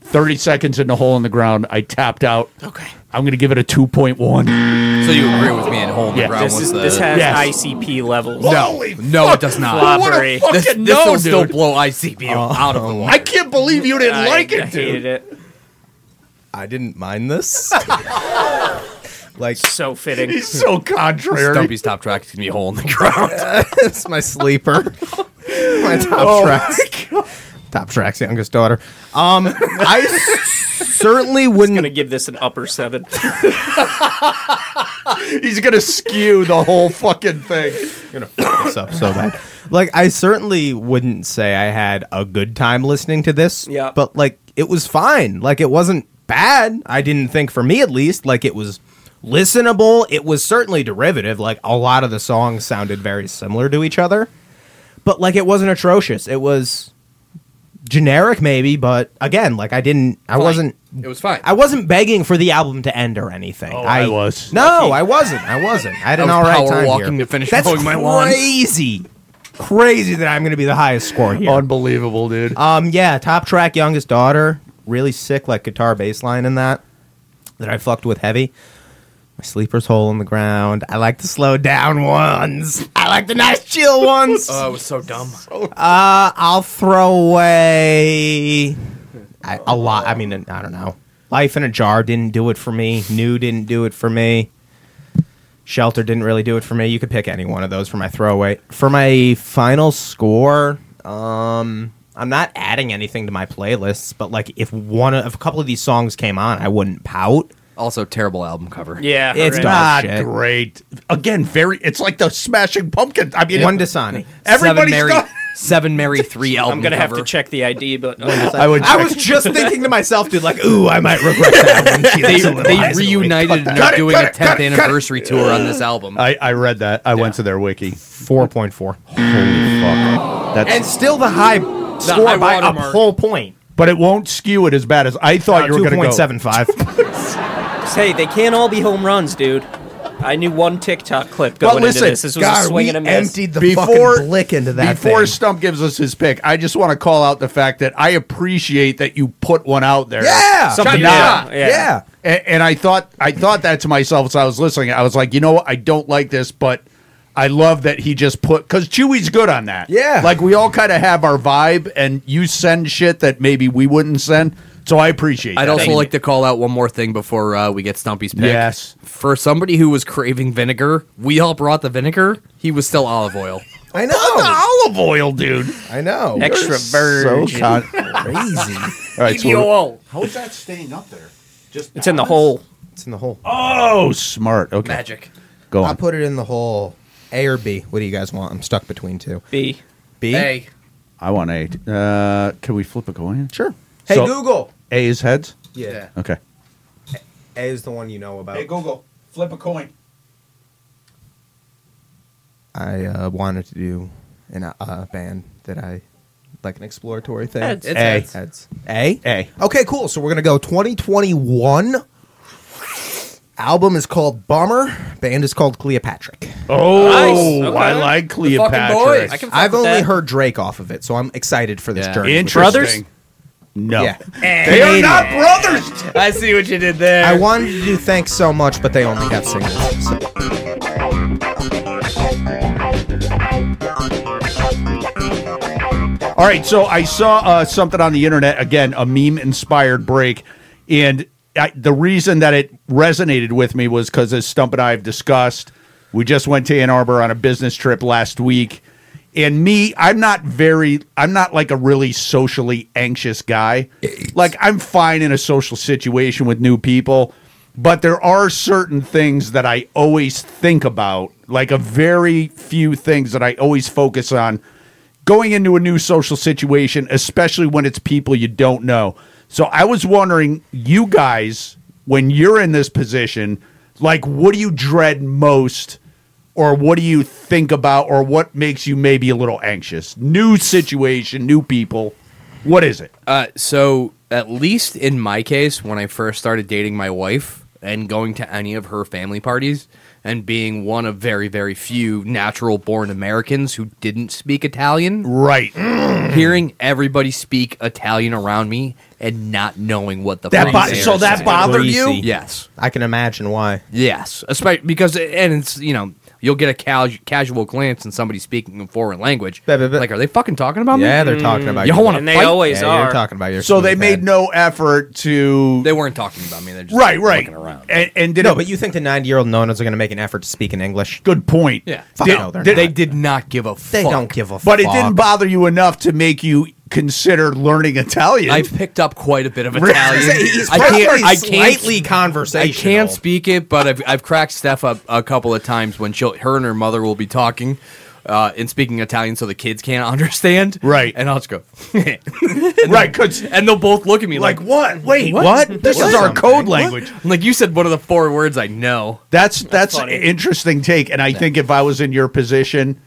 B: 30 seconds into Hole in the Ground, I tapped out. Okay. I'm going to give it a 2.1.
A: So you agree with me and hole in the
B: Yeah.
A: ground
C: This
A: was
C: is
A: the
C: this has
B: Yes.
C: ICP levels.
B: Holy
A: No, it does not.
C: Floppery.
A: This,
B: fucking
A: this
B: no,
A: will still
B: dude. Oh.
A: blow ICP out of
B: [LAUGHS]
A: the water.
B: I can't believe you didn't
C: I-
B: like
C: I
B: it,
C: hated
B: dude.
C: it.
D: I didn't mind this. [LAUGHS] like [LAUGHS]
C: So fitting.
B: He's [LAUGHS] so contrary.
A: Stumpy's top track is gonna be hole in the ground.
D: it's my sleeper. [LAUGHS] my top
G: Oh
D: tracks. top tracks, youngest daughter. Um,
G: [LAUGHS]
D: I s- certainly wouldn't.
C: Gonna give this an upper seven.
B: He's going to skew the whole fucking thing.
D: this up so bad. [LAUGHS] Like I certainly wouldn't say I had a good time listening to this.
C: Yeah.
D: But like it was fine. Like it wasn't bad. I didn't think for me at least. Like it was listenable. It was certainly derivative. Like a lot of the songs sounded very similar to each other. But like it wasn't atrocious. It was generic maybe, but again, like I didn't I wasn't
A: It was fine.
D: I wasn't begging for the album to end or anything.
B: Oh, I was.
D: No, I wasn't. I wasn't. I had
A: I
D: an
A: was
D: all right
A: power
D: time
A: walking
D: here.
A: to finish
D: That's
A: mowing my lawn.
D: crazy, crazy that I'm going to be the highest score here.
B: Unbelievable, dude.
D: um, yeah, top track, youngest daughter, really sick, like guitar bass line in that that I fucked with heavy. My sleeper's hole in the ground. I like the slow down ones. I like the
A: [LAUGHS]
D: nice chill ones.
A: Oh, it was so dumb.
D: Uh, I'll throw away I, a lot. I mean, I don't know.
F: Life in a Jar didn't do it for me. New didn't do it for me. Shelter didn't really do it for me. You could pick any one of those for my throwaway. For my final score, um, I'm not adding anything to my playlists, but like if one of if a couple of these songs came on, I wouldn't pout.
A: Also, terrible album cover.
C: Yeah,
F: It's
C: right.
F: dog
D: Oh,
B: Not
F: shit.
B: Ah, great. Again, very. It's like the Smashing Pumpkins. I mean,
F: One Dasani.
A: Seven
B: everybody's
A: Mary, [LAUGHS]
B: got-
A: Seven
C: [LAUGHS]
A: Mary Three album.
C: I'm gonna have
A: cover.
C: to check the ID, but
B: I would.
F: I
B: check.
F: was just thinking to myself, dude, like, ooh, I might regret that [LAUGHS] one. She
A: They,
F: lives a little
A: they
F: isolated.
A: reunited
B: Cut
A: and are
B: it,
A: doing
B: cut
A: a
B: it, cut
A: 10th
B: it, cut it.
A: anniversary tour on this album.
B: I, I read that. I went to their wiki.
F: 4.4.
B: Holy fuck. That's.
F: And still the high score
C: high
F: by a
C: watermark.
F: whole point.
B: but it won't skew it as bad as I
D: Uh,
B: thought you were going to go.
F: 2.75.
C: hey, they can't all be home runs, dude. I knew one TikTok clip going
B: But listen,
C: into this. This was
D: God,
C: a swing
D: we
C: and a miss.
D: emptied the
B: Before-
D: fucking blick into that
B: Before
D: thing.
B: Stump gives us his pick, I just want to call out the fact that I appreciate that you put one out there.
D: yeah,
C: Something
B: Nah.
C: new.
D: yeah,
C: yeah.
B: And, and I thought I thought that to myself as I was listening. I was like, you know what? I don't like this, but I love that he just put because Chewy's good on that.
D: Yeah.
B: like we all kind of have our vibe, and you send shit that maybe we wouldn't send. So I appreciate.
A: I'd
B: that.
A: also
B: Thank
A: like to call out one more thing before uh, we get Stumpy's pick.
B: Yes.
A: For somebody who was craving vinegar, we all brought the vinegar. He was still olive [LAUGHS] oil.
D: I
B: you.
D: know,
B: olive oil, dude.
D: I know.
C: Extra
B: So
C: virgin.
B: con-
D: crazy.
B: all right, so
H: How's that staying up there? Just
C: It's in the hole.
F: it's in the hole.
B: oh, smart. Okay,
A: Magic.
B: Go
D: I
B: on.
D: put it in the hole. A or B? What do you guys want? I'm stuck between two.
C: B.
D: B.
A: Hey.
B: I want eight. Uh, can we flip a coin?
D: Sure. Hey
B: So-
D: Google.
B: A is heads.
D: Yeah.
B: Okay.
D: A is the one you know about.
H: Google, flip a coin.
D: I uh, wanted to do an uh, uh, band that I like an exploratory thing.
C: Heads. It's
B: heads.
D: Heads. A.
B: A.
D: Okay, cool. So we're gonna go 2021. Album is called Bummer. Band is called Cleopatra.
B: Oh, I
C: Nice. Okay.
B: like
A: The fucking boys.
B: Cleopatra.
A: I can fuck
D: I've
C: with
D: only
C: that.
D: heard Drake off of it, so I'm excited for this
A: Yeah.
D: journey.
B: Interesting.
C: Brothers?
B: No.
D: Yeah.
B: They are not brothers.
A: I see what you did there.
D: I wanted to do thanks so much, but they only have singles. so-
B: All right, so I saw uh, something on the internet again, a meme-inspired break, and I, the reason that it resonated with me was because as Stump and I have discussed, we just went to Ann Arbor on a business trip last week, and me, I'm not very, I'm not like a really socially anxious guy. Like I'm fine in a social situation with new people, but there are certain things that I always think about, like a very few things that I always focus on going into a new social situation, especially when it's people you don't know. So I was wondering, you guys, when you're in this position, like what do you dread most, or what do you think about, or what makes you maybe a little anxious? New situation, new people. What is it?
A: Uh, so, at least in my case, when I first started dating my wife and going to any of her family parties and being one of very, very few natural born Americans who didn't speak Italian,
F: [CLEARS THROAT]
B: Right. Mm.
A: hearing everybody speak Italian around me and not knowing what the
B: That
A: fuck
B: bo-
A: they
B: so
A: are
B: that
A: saying.
B: bothered you?
F: Greasy.
A: Yes.
F: I can imagine why.
A: Yes, especially because and it's you know you'll get a casu- casual glance in somebody speaking a foreign language.
F: But- but- but-
A: like, are they fucking talking about
F: Yeah,
A: me?
F: they're talking about
A: You
F: you.
A: don't want
C: And
A: to
C: they
A: fight.
C: always-
F: yeah, you're
C: are.
F: talking about your.
B: So they
F: sleeve
B: made
F: pad.
B: no effort to.
A: They weren't talking about me. They're just
B: right. Right.
A: looking around.
B: And, and did
F: No,
B: it-
F: but you think the 90 year old nonas are going to make an effort to speak in English?
B: good point.
A: Yeah.
F: Fuck
B: Did-
F: no, they're
B: did-
F: not.
A: They did not give a.
F: They
A: fuck.
F: don't give a fuck.
B: But it didn't bother you enough to make you consider learning Italian.
A: I picked up quite a bit of
B: Really?
F: [LAUGHS]
A: Italian.
F: He's
A: I can't.
F: probably
A: I can't.
F: slightly
A: I
F: conversational.
A: can't speak it, but I've I've cracked Steph up a couple of times when she'll her and her mother will be talking. Uh, and speaking Italian so the kids can't [LAUGHS] understand.
B: Right.
A: And I'll just go.
B: right, because
A: and they'll both look at me like,
B: like what? Wait, what? This is
F: What?
B: our code language.
A: I'm like you said one of the four words I know.
B: That's that's an
C: funny.
B: interesting take, and I think if I was in your position,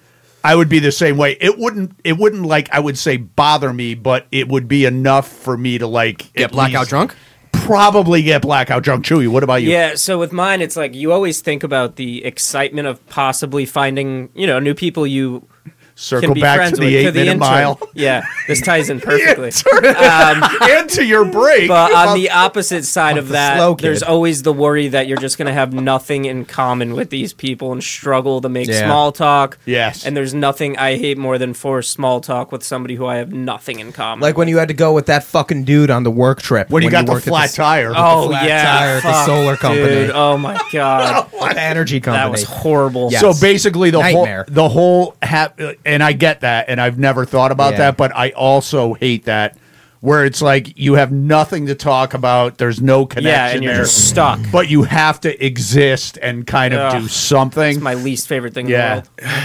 B: I would be the same way. It wouldn't it wouldn't like I would say bother me, but it would be enough for me to like
A: Get
B: at
A: blackout
B: least-
A: drunk?
B: Probably get blackout drunk. Chewy, what about you?
C: Yeah, so with mine, it's like you always think about the excitement of possibly finding, you know, new people you
B: Circle back to the eight minute
C: intern.
B: mile
C: [LAUGHS]
B: [LAUGHS]
C: Yeah, this ties in perfectly. Um,
B: and to your break.
C: But on the opposite side of
D: slow
C: that,
D: kid.
C: there's always the worry that you're just going to have nothing in common with these people and struggle to make
D: Yeah.
C: small talk.
B: Yes.
C: And there's nothing I hate more than forced small talk with somebody who I have nothing in common.
D: Like when you had to go with that fucking dude on the work trip.
B: when you got the
D: worked at
B: flat tire.
C: oh
D: flat
C: yeah,
D: tire at the
C: fuck,
D: solar company.
C: Dude,
B: [LAUGHS]
C: oh my god,
D: the energy company.
C: that was horrible.
D: Yeah.
B: So
D: Yes.
B: basically, the
D: Nightmare.
B: whole the whole hap- and I get that, and I've never thought about
D: Yeah.
B: that, but I also hate that where it's like you have nothing to talk about. There's no connection
C: yeah, and you're
B: there,
C: just stuck.
B: but you have to exist and kind of
C: Ugh.
B: do something.
C: It's my least favorite thing.
B: Yeah.
C: in the world.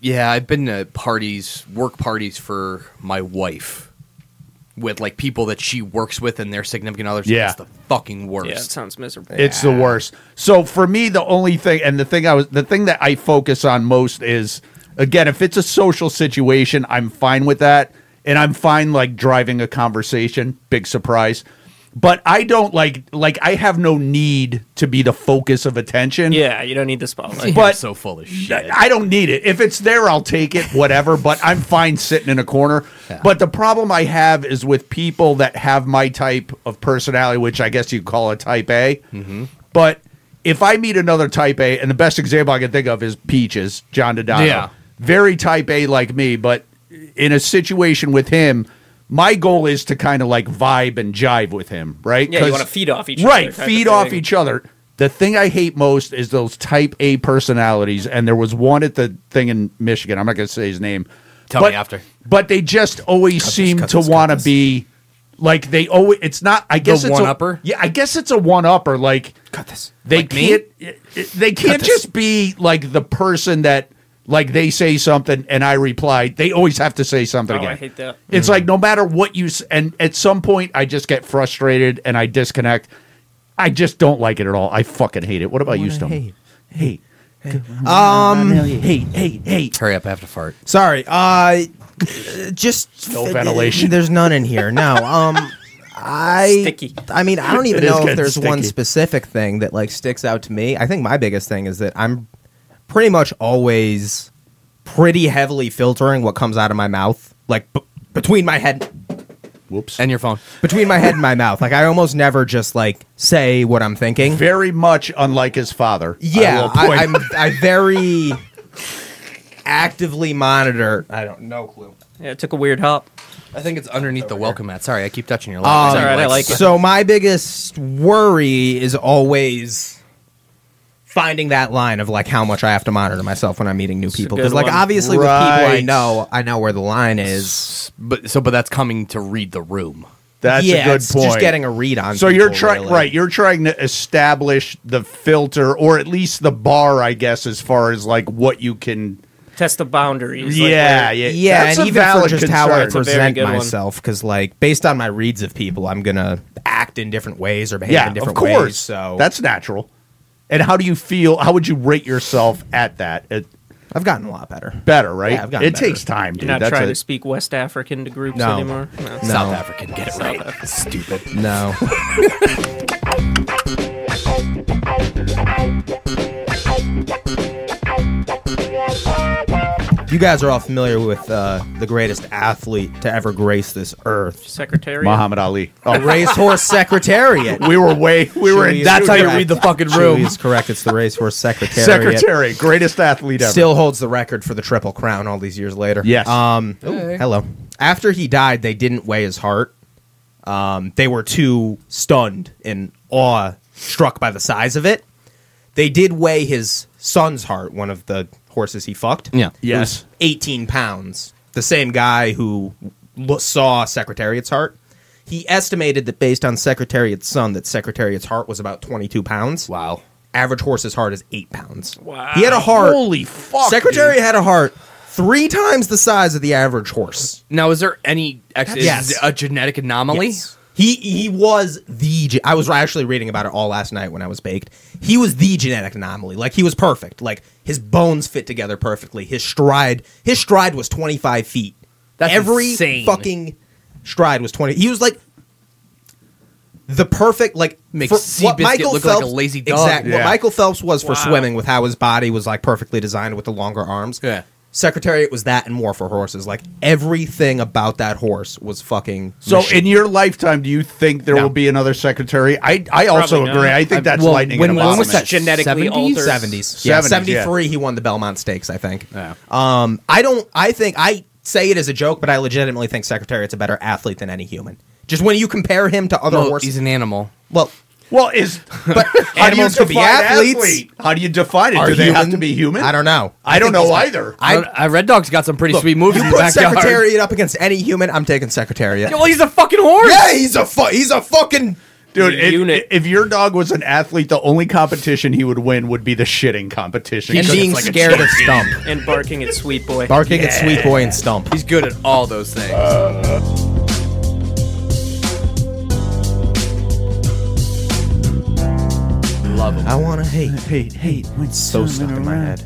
A: Yeah, I've been to parties, work parties for my wife with like people that she works with and their significant others.
B: Yeah.
A: It's the fucking worst.
C: yeah, it sounds miserable.
B: It's the worst. So for me, the only thing, and the thing I was, the thing that I focus on most is, again, if it's a social situation, I'm fine with that, and I'm fine like driving a conversation. Big surprise, but I don't like like I have no need to be the focus of attention.
C: yeah, you don't need
B: [LAUGHS]
C: the
A: [LAUGHS]
C: spotlight.
A: You're
B: but-
A: so full of shit.
B: I I don't need it. If it's there, I'll take it, whatever, but I'm fine sitting in a corner. But the problem I have is with people that have my type of personality, which I guess you call a type A.
C: Mm-hmm.
B: But if I meet another type A, and the best example I can think of is Peaches, John Donato.
A: Yeah.
B: Very type A like me, but in a situation with him, my goal is to kind of like vibe and jive with him, right?
C: Yeah, you
B: 'Cause-
C: wanna feed off each other
B: Right,
C: type of
B: feed off
C: thing.
B: each other. The thing I hate most is those type A personalities. And there was one at the thing in Michigan. I'm not going to say his name.
A: Tell
B: but,
A: me after.
B: But they just always seem
D: cut
B: to
D: this, cut
B: want to
D: this.
B: be like they always. It's not. I guess it's
A: one-upper?
B: A, yeah, I guess it's a one upper. Like
D: Cut this.
B: they
A: Like me?
B: can't. They can't just be like the person that like they say something and I reply. They always have to say something
C: Oh,
B: again.
C: I hate that.
B: It's
A: Hmm.
B: like no matter what you s- and at some point I just get frustrated and I disconnect. I just don't like it at all. I fucking hate it. What about you, Stone? Hate, hate,
D: Um,
B: hate, hate, hate.
A: Hurry up, I have to fart.
D: sorry. Uh, just
B: No ventilation.
D: There's none in here. No. Um, I
C: Sticky.
D: I mean, I don't even
B: It is
D: know if
B: getting
D: there's one
B: sticky.
D: specific thing that like sticks out to me. I think my biggest thing is that I'm pretty much always pretty heavily filtering what comes out of my mouth, like b- between my head
B: Whoops.
A: And your phone.
D: between my head and my mouth. Like I almost never just like say what I'm thinking.
B: very much unlike his father. I will
D: Yeah, I,
B: point-
D: I'm. I very actively monitor. I don't. No clue.
C: Yeah, it took a weird hop.
A: I think it's underneath the welcome mat. Sorry, I keep touching your
D: Um,
A: lap.
C: all right, I like it.
D: So my biggest worry is always finding that line of like how much I have to monitor myself when I'm meeting new
C: a
D: people
C: good
D: because like
C: one.
D: obviously with people I
B: Right.
D: know I know where the line is.
A: But so, but that's coming to read the room.
B: [LAUGHS] That's
D: yeah,
B: a good
D: it's
B: point.
D: Just getting a read on.
B: so you're
D: people,
B: trying
D: really.
B: right. You're trying to establish the filter, or at least the bar, I guess, as far as like what you can.
C: Test the boundaries. like
B: yeah,
C: where-
B: yeah,
D: yeah,
B: That's
D: and
B: a
D: even for
B: valid
D: just how I
B: concern.
C: a very
D: present
C: good one.
D: myself, because like based on my reads of people, I'm gonna act in different ways or behave
B: yeah,
D: in different
B: of course.
D: ways. So
B: that's natural. And how do you feel? How would you rate yourself at that? It,
D: I've gotten a lot better.
B: better, right?
D: Yeah, I've gotten
B: it
D: better.
B: takes time, dude.
C: You're not
B: That's
C: trying
B: a-
C: to speak West African to groups
D: No.
C: anymore. No.
A: South African, get it right. Stupid.
D: No. you guys are all familiar with uh, the greatest athlete to ever grace this earth,
C: Secretary.
B: Muhammad Ali.
D: [LAUGHS] the
B: Oh, [LAUGHS]
D: Racehorse Secretariat.
B: we were way. We were in.
D: Chewy is
B: That's how you
D: correct.
B: read the fucking
D: Chewy
B: room.
D: is correct. It's the Racehorse Secretariat.
B: Secretary, greatest athlete ever.
D: Still holds the record for the Triple Crown all these years later.
B: Yes.
D: Um, Hello. After he died, they didn't weigh his heart. Um, they were too stunned and awe struck by the size of it. They did weigh his son's heart, one of the horses he fucked.
A: Yeah.
B: yes.
D: 18 pounds. The same guy who lo- saw Secretariat's heart. He estimated that based on Secretariat's son, that Secretariat's heart was about 22 pounds.
A: Wow.
D: Average horse's heart is eight pounds.
C: Wow.
D: He had a heart.
B: Holy fuck,
D: Secretary had a heart three times the size of the average horse.
A: Now, is there any ex- is
D: Yes.
A: a genetic anomaly?
D: He he was the. ge- I was actually reading about it all last night when I was baked. He was the genetic anomaly. Like he was perfect. Like his bones fit together perfectly. His stride his stride was twenty five feet.
A: That's
D: every
A: insane.
D: fucking stride was twenty. He was like the perfect like
A: Makes Seabiscuit
D: what Michael
A: look like a
D: Phelps
A: lazy dog.
D: Exactly.
B: Yeah.
D: What Michael Phelps was for
C: Wow.
D: swimming with how his body was like perfectly designed with the longer arms.
A: Yeah.
D: Secretariat was that and War for Horses. Like everything about that horse was fucking.
B: So,
D: machine.
B: in your lifetime, do you think there
D: No.
B: will be another secretary? I I also
C: Probably not.
B: agree. I think that's
A: well,
B: lightning
A: when-
B: in a
A: when
B: bottle.
A: was
B: man.
A: that
C: genetically
A: 70s?
C: altered.
D: 70s. Yeah,
B: 70s,
D: 73 he won the Belmont Stakes, I think.
A: Yeah.
D: Um I don't I think I say it as a joke, but I legitimately think Secretariat's a better athlete than any human. Just when you compare him to other
A: No,
D: horses.
A: he's an animal.
D: well,
B: Well,
D: [LAUGHS]
B: is
D: but
B: how do you
D: animals could be
B: define
D: athletes.
B: athlete? How do you define it?
D: Are
B: Do they have
D: human-
B: to be human?
D: I don't know.
B: I don't
D: think
B: know
D: he's-
B: either.
A: I,
D: I
A: Red Dog's got some pretty
D: look,
A: sweet moves
D: You
A: in the
D: put
A: backyard.
D: Secretariat up against any human, I'm taking Secretariat.
A: Yeah, well, he's a fucking horse.
D: Yeah, he's a fu- he's a fucking
B: Dude,
C: The
B: if,
C: unit.
B: if your dog was an athlete, the only competition he would win would be the shitting competition.
D: and
B: Because
D: being
B: it's like a
D: scared of Stump,
C: and barking at Sweet Boy.
D: barking at Sweet Boy and Stump.
A: He's good at all those things. Love him.
D: I want to hate.
B: hate, hate.
D: It's so stuck in my head.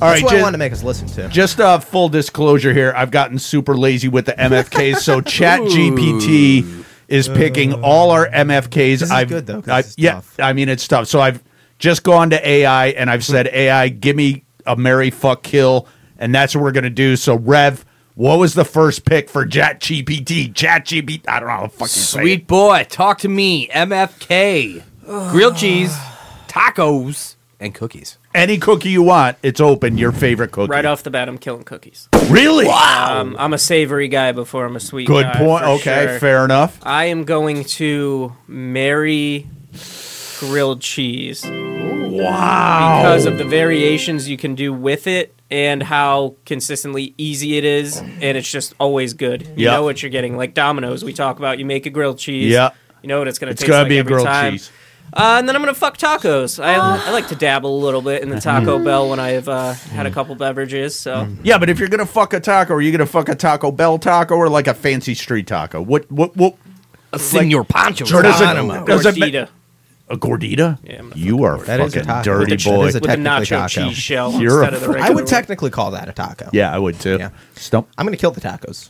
B: All
D: That's
B: right,
D: what I
B: just,
D: wanted to make us listen to.
B: just uh, full disclosure here. I've gotten super lazy with the MFKs, so
D: [LAUGHS]
B: Chat GPT is picking all our MFKs.
D: Uh, is
B: I've,
D: good, though, 'cause
B: I-
D: it's
B: yeah,
D: tough.
B: I mean it's tough. So I've just gone to AI and I've said
D: Hmm.
B: AI, give me a Mary fuck kill, and that's what we're gonna do. So Rev, what was the first pick for Chat GPT? Chat GPT. I don't know how the fuck you say it.
A: Sweet boy, talk to me. MFK. Grilled cheese, tacos, and cookies.
B: any cookie you want. It's open. Your favorite cookie.
C: Right off the bat, I'm killing cookies.
B: Oh. Really?
C: Um, I'm a savory guy before I'm a sweet.
B: Good
C: guy,
B: point.
C: for
B: Okay,
C: sure.
B: fair enough.
C: I am going to marry grilled cheese
B: Wow.
C: because of the variations you can do with it and how consistently easy it is, and it's just always good. You
B: Yeah.
C: know what you're getting. Like Domino's, we talk about. You make a grilled cheese.
B: Yeah.
C: You know what it's going to
B: it's
C: taste
B: gonna
C: like
B: be a
C: every
B: grilled
C: time.
B: cheese.
C: Uh, and then I'm gonna fuck tacos. I, I like to dabble a little bit in the
D: Mm.
C: Taco Bell when I've uh, had a couple beverages. So
B: Yeah, but if you're gonna fuck a taco, are you gonna fuck a Taco Bell taco or like a fancy street taco? What? What? What?
A: A Senor Pancho.
B: Sure does it-
A: Geronimo.
B: Does it ma-
C: gordita
B: A gordita?
C: Yeah, I'm gonna
B: you are
D: That is a
B: fucking
D: taco.
B: dirty
D: That
B: boy.
D: is a
C: with a
D: technically
C: nacho
D: taco.
C: cheese shell
B: You're a
C: instead of the
B: fu-
C: regular.
D: I would
C: one.
D: technically call that a taco.
B: yeah, I would too.
D: Yeah.
B: Stump.
D: I'm gonna kill the tacos.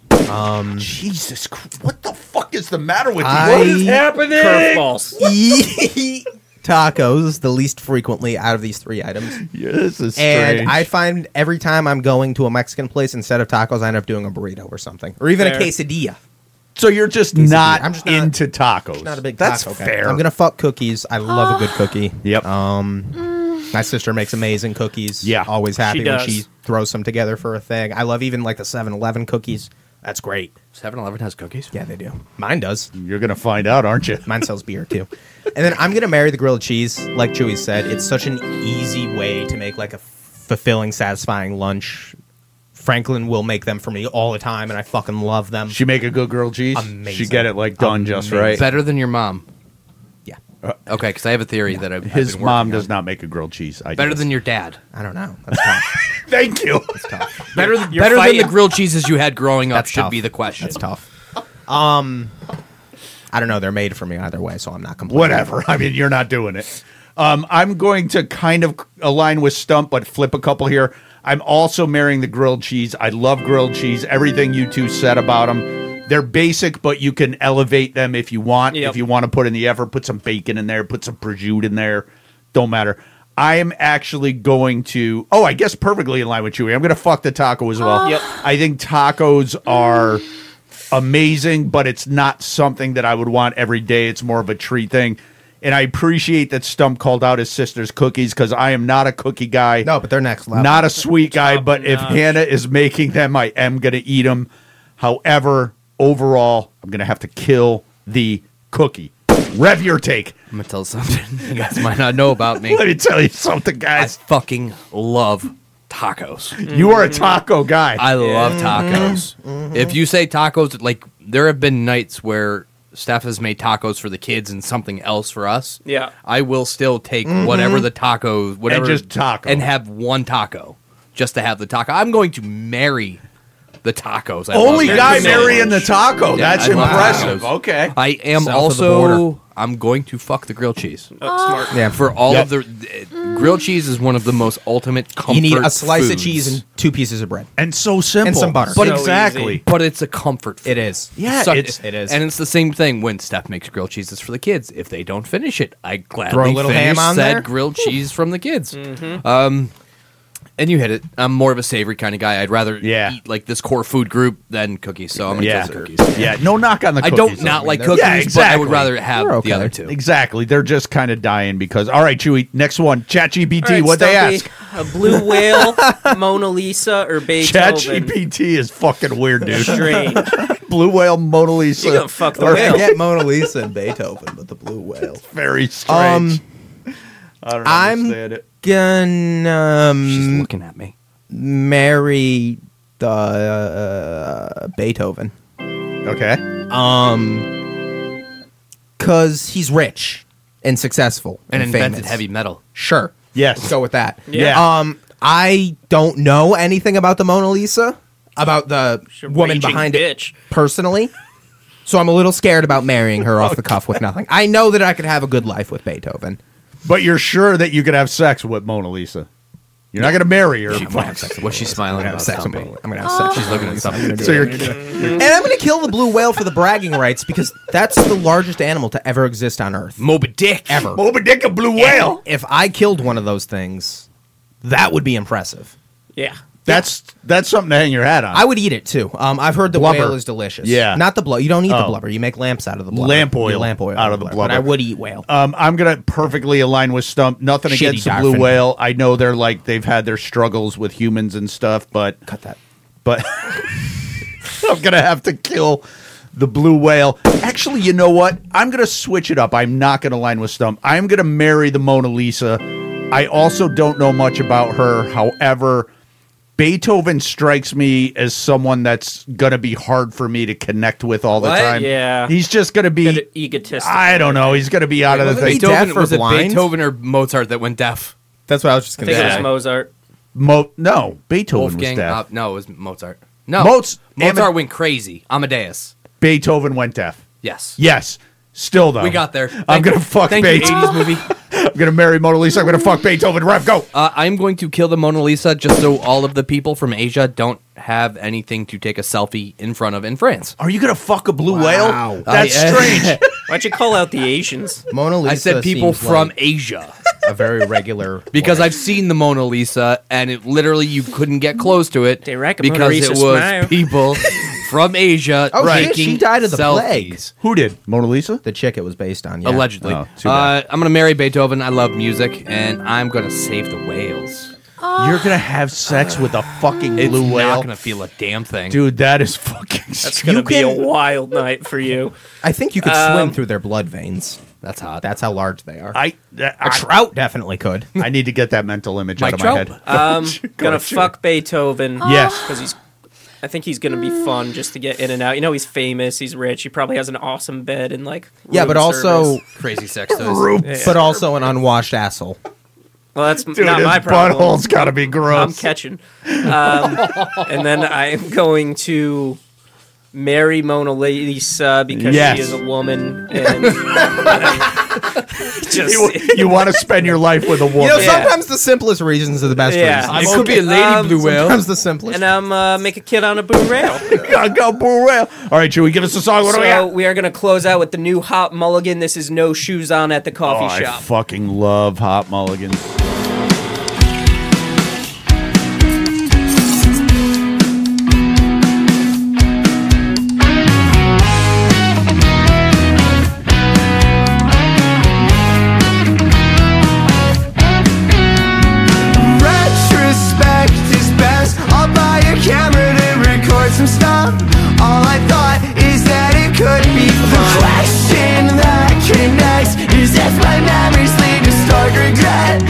B: Jesus, Christ, what the fuck is the matter with
D: I-
B: you? What is happening?
C: curveballs.
D: Eat [LAUGHS] tacos the least frequently out of these three items.
B: Yeah, this is strange.
D: And I find every time I'm going to a Mexican place, instead of tacos, I end up doing a burrito or something, or even
C: Fair.
D: a quesadilla.
B: so you're just not,
D: I'm just not-
B: into tacos.
D: Not a big
B: That's
D: taco guy.
B: fair.
D: I'm gonna fuck cookies. I love a good cookie.
B: Yep.
D: My sister makes amazing cookies.
B: Yeah.
D: always happy when
C: does.
D: she throws some together for a thing. I love even like the 7-Eleven cookies. That's great.
A: 7 Eleven has cookies?
D: Yeah, they do. Mine does.
B: you're gonna find out, aren't you?
D: Mine sells beer too. And then I'm gonna marry the grilled cheese. Like Chewy said, it's such an easy way to make like a fulfilling, satisfying lunch. Franklin will make them for me all the time, and I fucking love them.
B: She make a good grilled cheese. She
D: Amazing.
B: get it like done just
D: Amazing.
B: right.
A: Better than your mom.
D: yeah,
A: Okay, because I have a theory that I've,
B: His
A: I've been
B: mom
A: working
B: does
A: on.
B: not make a grilled cheese. I
A: Better
B: guess.
A: than your dad.
D: I don't know. That's tough.
B: Thank you.
A: Better, than
C: You're
A: better than the
C: fighting.
A: grilled cheeses you had growing up
D: That's
A: should
D: tough.
A: be the question.
D: That's tough. Um, I don't know. They're made for me either way, so I'm not complaining.
B: Whatever. I mean, you're not doing it. Um, I'm going to kind of align with Stump, but flip a couple here. I'm also marrying the grilled cheese. I love grilled cheese. Everything you two said about them. They're basic, but you can elevate them if you want.
C: Yep.
B: If you want to put in the effort, put some bacon in there, put some prosciutto in there. Don't matter. I am actually going to. Oh, I guess perfectly in line with Chewy. I'm going to fuck the taco as well.
C: Yep.
B: I think tacos are amazing, but it's not something that I would want every day. It's more of a treat thing. And I appreciate that Stump called out his sister's cookies because I am not a cookie guy.
D: No, but they're next level.
B: Not a sweet guy, but if
C: notch.
B: Hannah is making them, I am going to eat them. However, overall, I'm going to have to kill the cookie. Rev your take.
A: I'm going to tell you something [LAUGHS] you guys might not know about me.
B: Let me tell you something,
A: I
B: guys.
A: fucking love tacos.
B: You are a taco guy.
A: I love
D: Mm-hmm.
A: tacos. If you say tacos, like there have been nights where Steph has made tacos for the kids and something else for us.
C: Yeah.
A: I will still take
D: Mm-hmm.
A: whatever the tacos, whatever,
B: just taco.
A: and have one taco just to have the taco. I'm going to marry the tacos. I
B: Only
A: love
B: guy
A: tacos so much.
B: marrying the taco. That's
A: I love
B: impressive.
A: tacos.
B: Okay.
A: I am
D: South of the border.
A: also. I'm going to fuck the grilled cheese.
C: Oh, smart.
D: Yeah,
A: For all
B: Yep.
A: of the eh, grilled cheese is one of the most ultimate comfort.
D: you need a slice of
A: foods.
D: cheese and two pieces of bread.
B: and so simple.
D: And some butter.
B: But
C: So
B: exactly.
C: easy.
A: but it's a comfort. Food.
D: It is.
B: Yeah,
A: Suck-
B: it's-
D: it is.
A: and it's the same thing when Steph makes grilled cheeses for the kids. If they don't finish it, I gladly
D: Throw a little
A: finish
D: ham on
A: said
D: there? Mm-hmm.
A: grilled cheese from the kids. Um, And you hit it. I'm more of a savory kind of guy. I'd rather
B: Yeah.
A: eat like this core food group than cookies. So I'm gonna
B: Yeah.
A: choose cookies.
B: Yeah, no knock on the
A: I
B: cookies.
A: don't
B: though.
A: not like
B: they're-
A: cookies,
B: Yeah,
A: but I would
B: exactly.
A: rather have
D: They're
A: the
D: okay.
A: other two.
B: Exactly. They're just kind of dying because, all right, Chewy, next one. ChatGPT,
C: All right,
B: what they ask?
C: Stumpy, A blue
D: [LAUGHS]
C: whale, Mona Lisa, or Beethoven?
B: ChatGPT is fucking weird, dude.
C: Strange.
B: [LAUGHS] Blue whale Mona Lisa.
C: You gonna fuck the
B: Or-
C: whale?
D: Forget Mona Lisa and Beethoven, but the blue whale.
B: Very
C: Um,
B: strange. I don't
D: I'm-
B: understand it.
D: Gonna
A: She's
D: um,
A: looking at me.
D: marry the uh, Beethoven.
B: Okay.
D: Um, cause he's rich and successful
A: And
D: and,
A: invented
D: famous.
A: heavy metal.
D: Sure.
B: Yes.
D: Let's go with that.
B: Yeah.
D: Um, I don't know anything about the Mona Lisa, about the [LAUGHS] woman
C: Raging
D: behind it
C: bitch.
D: personally. So I'm a little scared about marrying her
A: [LAUGHS]
D: off the cuff with nothing. I know that I could have a good life with Beethoven.
B: But you're sure that you could have sex with Mona Lisa. You're not going to marry her.
A: What's she smiling about?
D: I'm gonna have sex with
A: Stumpy?
D: Mona- Oh. I'm gonna have sex.
A: She's looking at something.
B: So
C: [LAUGHS]
B: you're,
D: And I'm gonna kill the blue whale for the bragging rights because that's the largest animal to ever exist on Earth.
A: Moby Dick.
D: Ever.
B: Moby Dick a blue whale.
D: If I killed one of those things, that would be impressive.
C: Yeah.
B: That's that's something to hang your hat on.
D: I would eat it too. Um, I've heard the
B: Blubber.
D: whale is delicious.
B: Yeah.
D: not the blubber. You don't eat the
B: Oh.
D: blubber. You make lamps out of the blubber.
B: Lamp
D: You
B: oil
D: lamp oil
B: out of the
D: But I
B: blubber.
D: would eat whale.
B: Um, I'm gonna perfectly align with Stump. Nothing
D: Shitty
B: against the
D: dolphin.
B: blue whale. I know they're like they've had their struggles with humans and stuff, but
D: Cut that.
B: but [LAUGHS] I'm gonna have to kill the blue whale. Actually, you know what? I'm gonna switch it up. I'm not gonna align with Stump. I'm gonna marry the Mona Lisa. I also don't know much about her. However, Beethoven strikes me as someone that's gonna be hard for me to connect with all the
A: What?
B: time.
C: Yeah.
B: he's just gonna
C: Bit of
B: be.
C: egotistic.
B: I don't know. He's gonna be out of the
D: wasn't
B: thing.
D: he
A: Beethoven
D: deaf or
A: was it
D: blind?
A: Beethoven or Mozart that went deaf?
D: That's what I was just
C: I
D: gonna
C: think it
A: Yeah.
C: was Mozart.
B: Mo- no, Beethoven
A: Wolfgang.
B: was deaf.
A: Uh, no, it was Mozart. No,
B: Moz-
A: Mozart
B: Amad-
A: went crazy. Amadeus.
B: Beethoven went deaf.
A: Yes.
B: Yes. Still though.
A: We got there.
B: I'm
A: Thank
B: gonna
A: you-
B: fuck
A: Thank you,
B: Beethoven.
A: 80s movie.
B: [LAUGHS] I'm gonna marry Mona Lisa. I'm gonna fuck Beethoven. Rev, go.
A: Uh, I'm going to kill the Mona Lisa just so all of the people from Asia don't have anything to take a selfie in front of in France.
B: Are you gonna fuck a blue
D: Wow.
B: whale? That's
A: I-
B: [LAUGHS] strange.
C: Why'd you call out the Asians?
D: Mona Lisa.
A: I said people
D: seems
A: from
C: [LAUGHS]
D: like
A: Asia
D: a very regular
A: because
D: woman.
A: I've seen the Mona Lisa and it literally you couldn't get close to it
C: They reckon Mona
A: because it
C: Lisa
A: was
C: smile. [LAUGHS]
A: people from Asia
D: Oh,
B: Right.
D: shit, she
A: taking
D: died of the
A: selfies.
D: plague.
B: Who did Mona Lisa?
D: The chick it was based on. Yeah.
A: Allegedly,
B: Oh, too
A: uh,
B: bad.
A: I'm gonna marry Beethoven. I love music, and I'm gonna save the whales.
B: You're gonna have sex with a fucking
A: It's
B: blue
A: not
B: whale,
A: gonna feel a damn thing,
B: dude. That is fucking.
C: It's gonna be a wild night for you.
D: I think you could
C: Um,
D: swim through their blood veins.
A: That's hot.
D: That's how large they are.
B: I, uh,
D: a
B: I,
D: trout definitely [LAUGHS] could.
B: I need to get that mental image
A: Mike
B: out of my
A: Trout?
B: head. [LAUGHS]
C: Um, gonna
B: Gotcha.
C: fuck Beethoven.
A: Oh.
B: Yes.
C: because he's. I think he's gonna be fun just to get in and out. You know, he's famous. He's rich. He probably has an awesome bed and like.
D: Yeah,
C: room
D: but also,
C: service.
A: Crazy sex toys.
D: but also an unwashed asshole.
C: Well, that's
B: Dude,
C: not
B: his
C: my problem.
B: butthole's gotta be
C: I'm
B: gross.
C: catching.
B: [LAUGHS]
C: Um, and then I'm going to marry Mona Lisa because
B: Yes.
C: she is a woman.
B: [LAUGHS]
C: And, [LAUGHS] just
B: you you want to spend your life with a woman?
D: You know,
C: Yeah.
D: sometimes the simplest reasons are the best
B: [LAUGHS]
C: Yeah.
D: reasons.
C: I'm
A: it could be a lady
C: Um,
A: blue whale.
D: Sometimes the simplest.
C: and I'm uh, make a kid on a blue rail.
B: [LAUGHS] I got blue whale. All right, Chewy, give us a song. What do we
C: so
B: got?
C: we are going to close out with the new Hot Mulligan. This is no shoes on at the coffee
B: Oh, I
C: shop.
B: fucking love Hot Mulligan.
I: Retrospect is best. I'll buy a camera to record some stuff. All I thought is that it could be fun. The question that connects is if my memories lead to stark regret.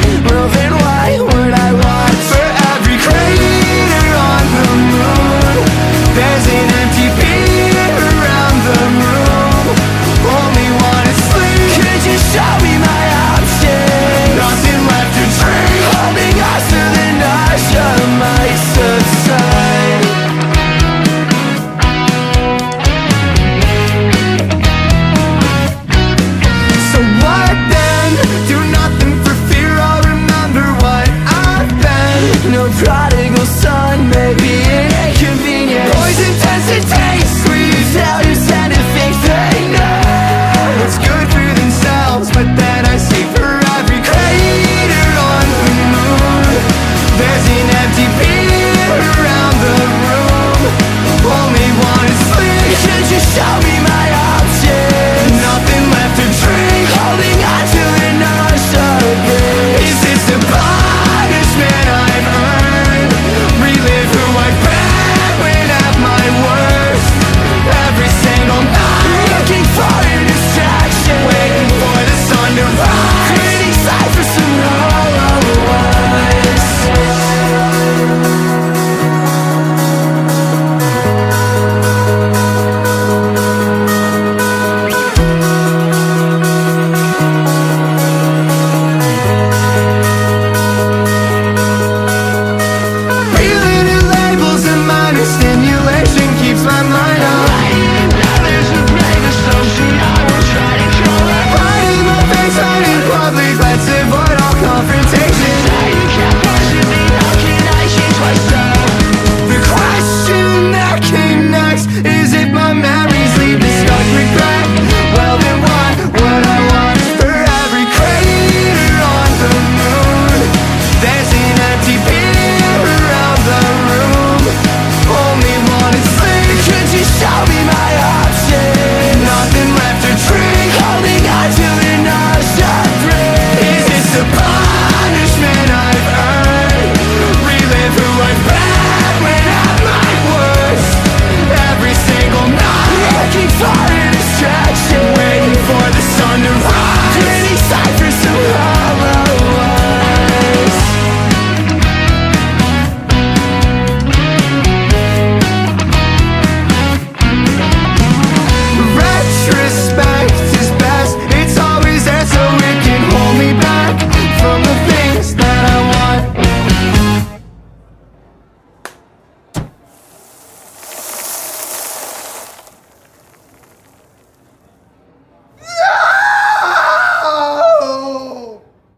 I: Tell me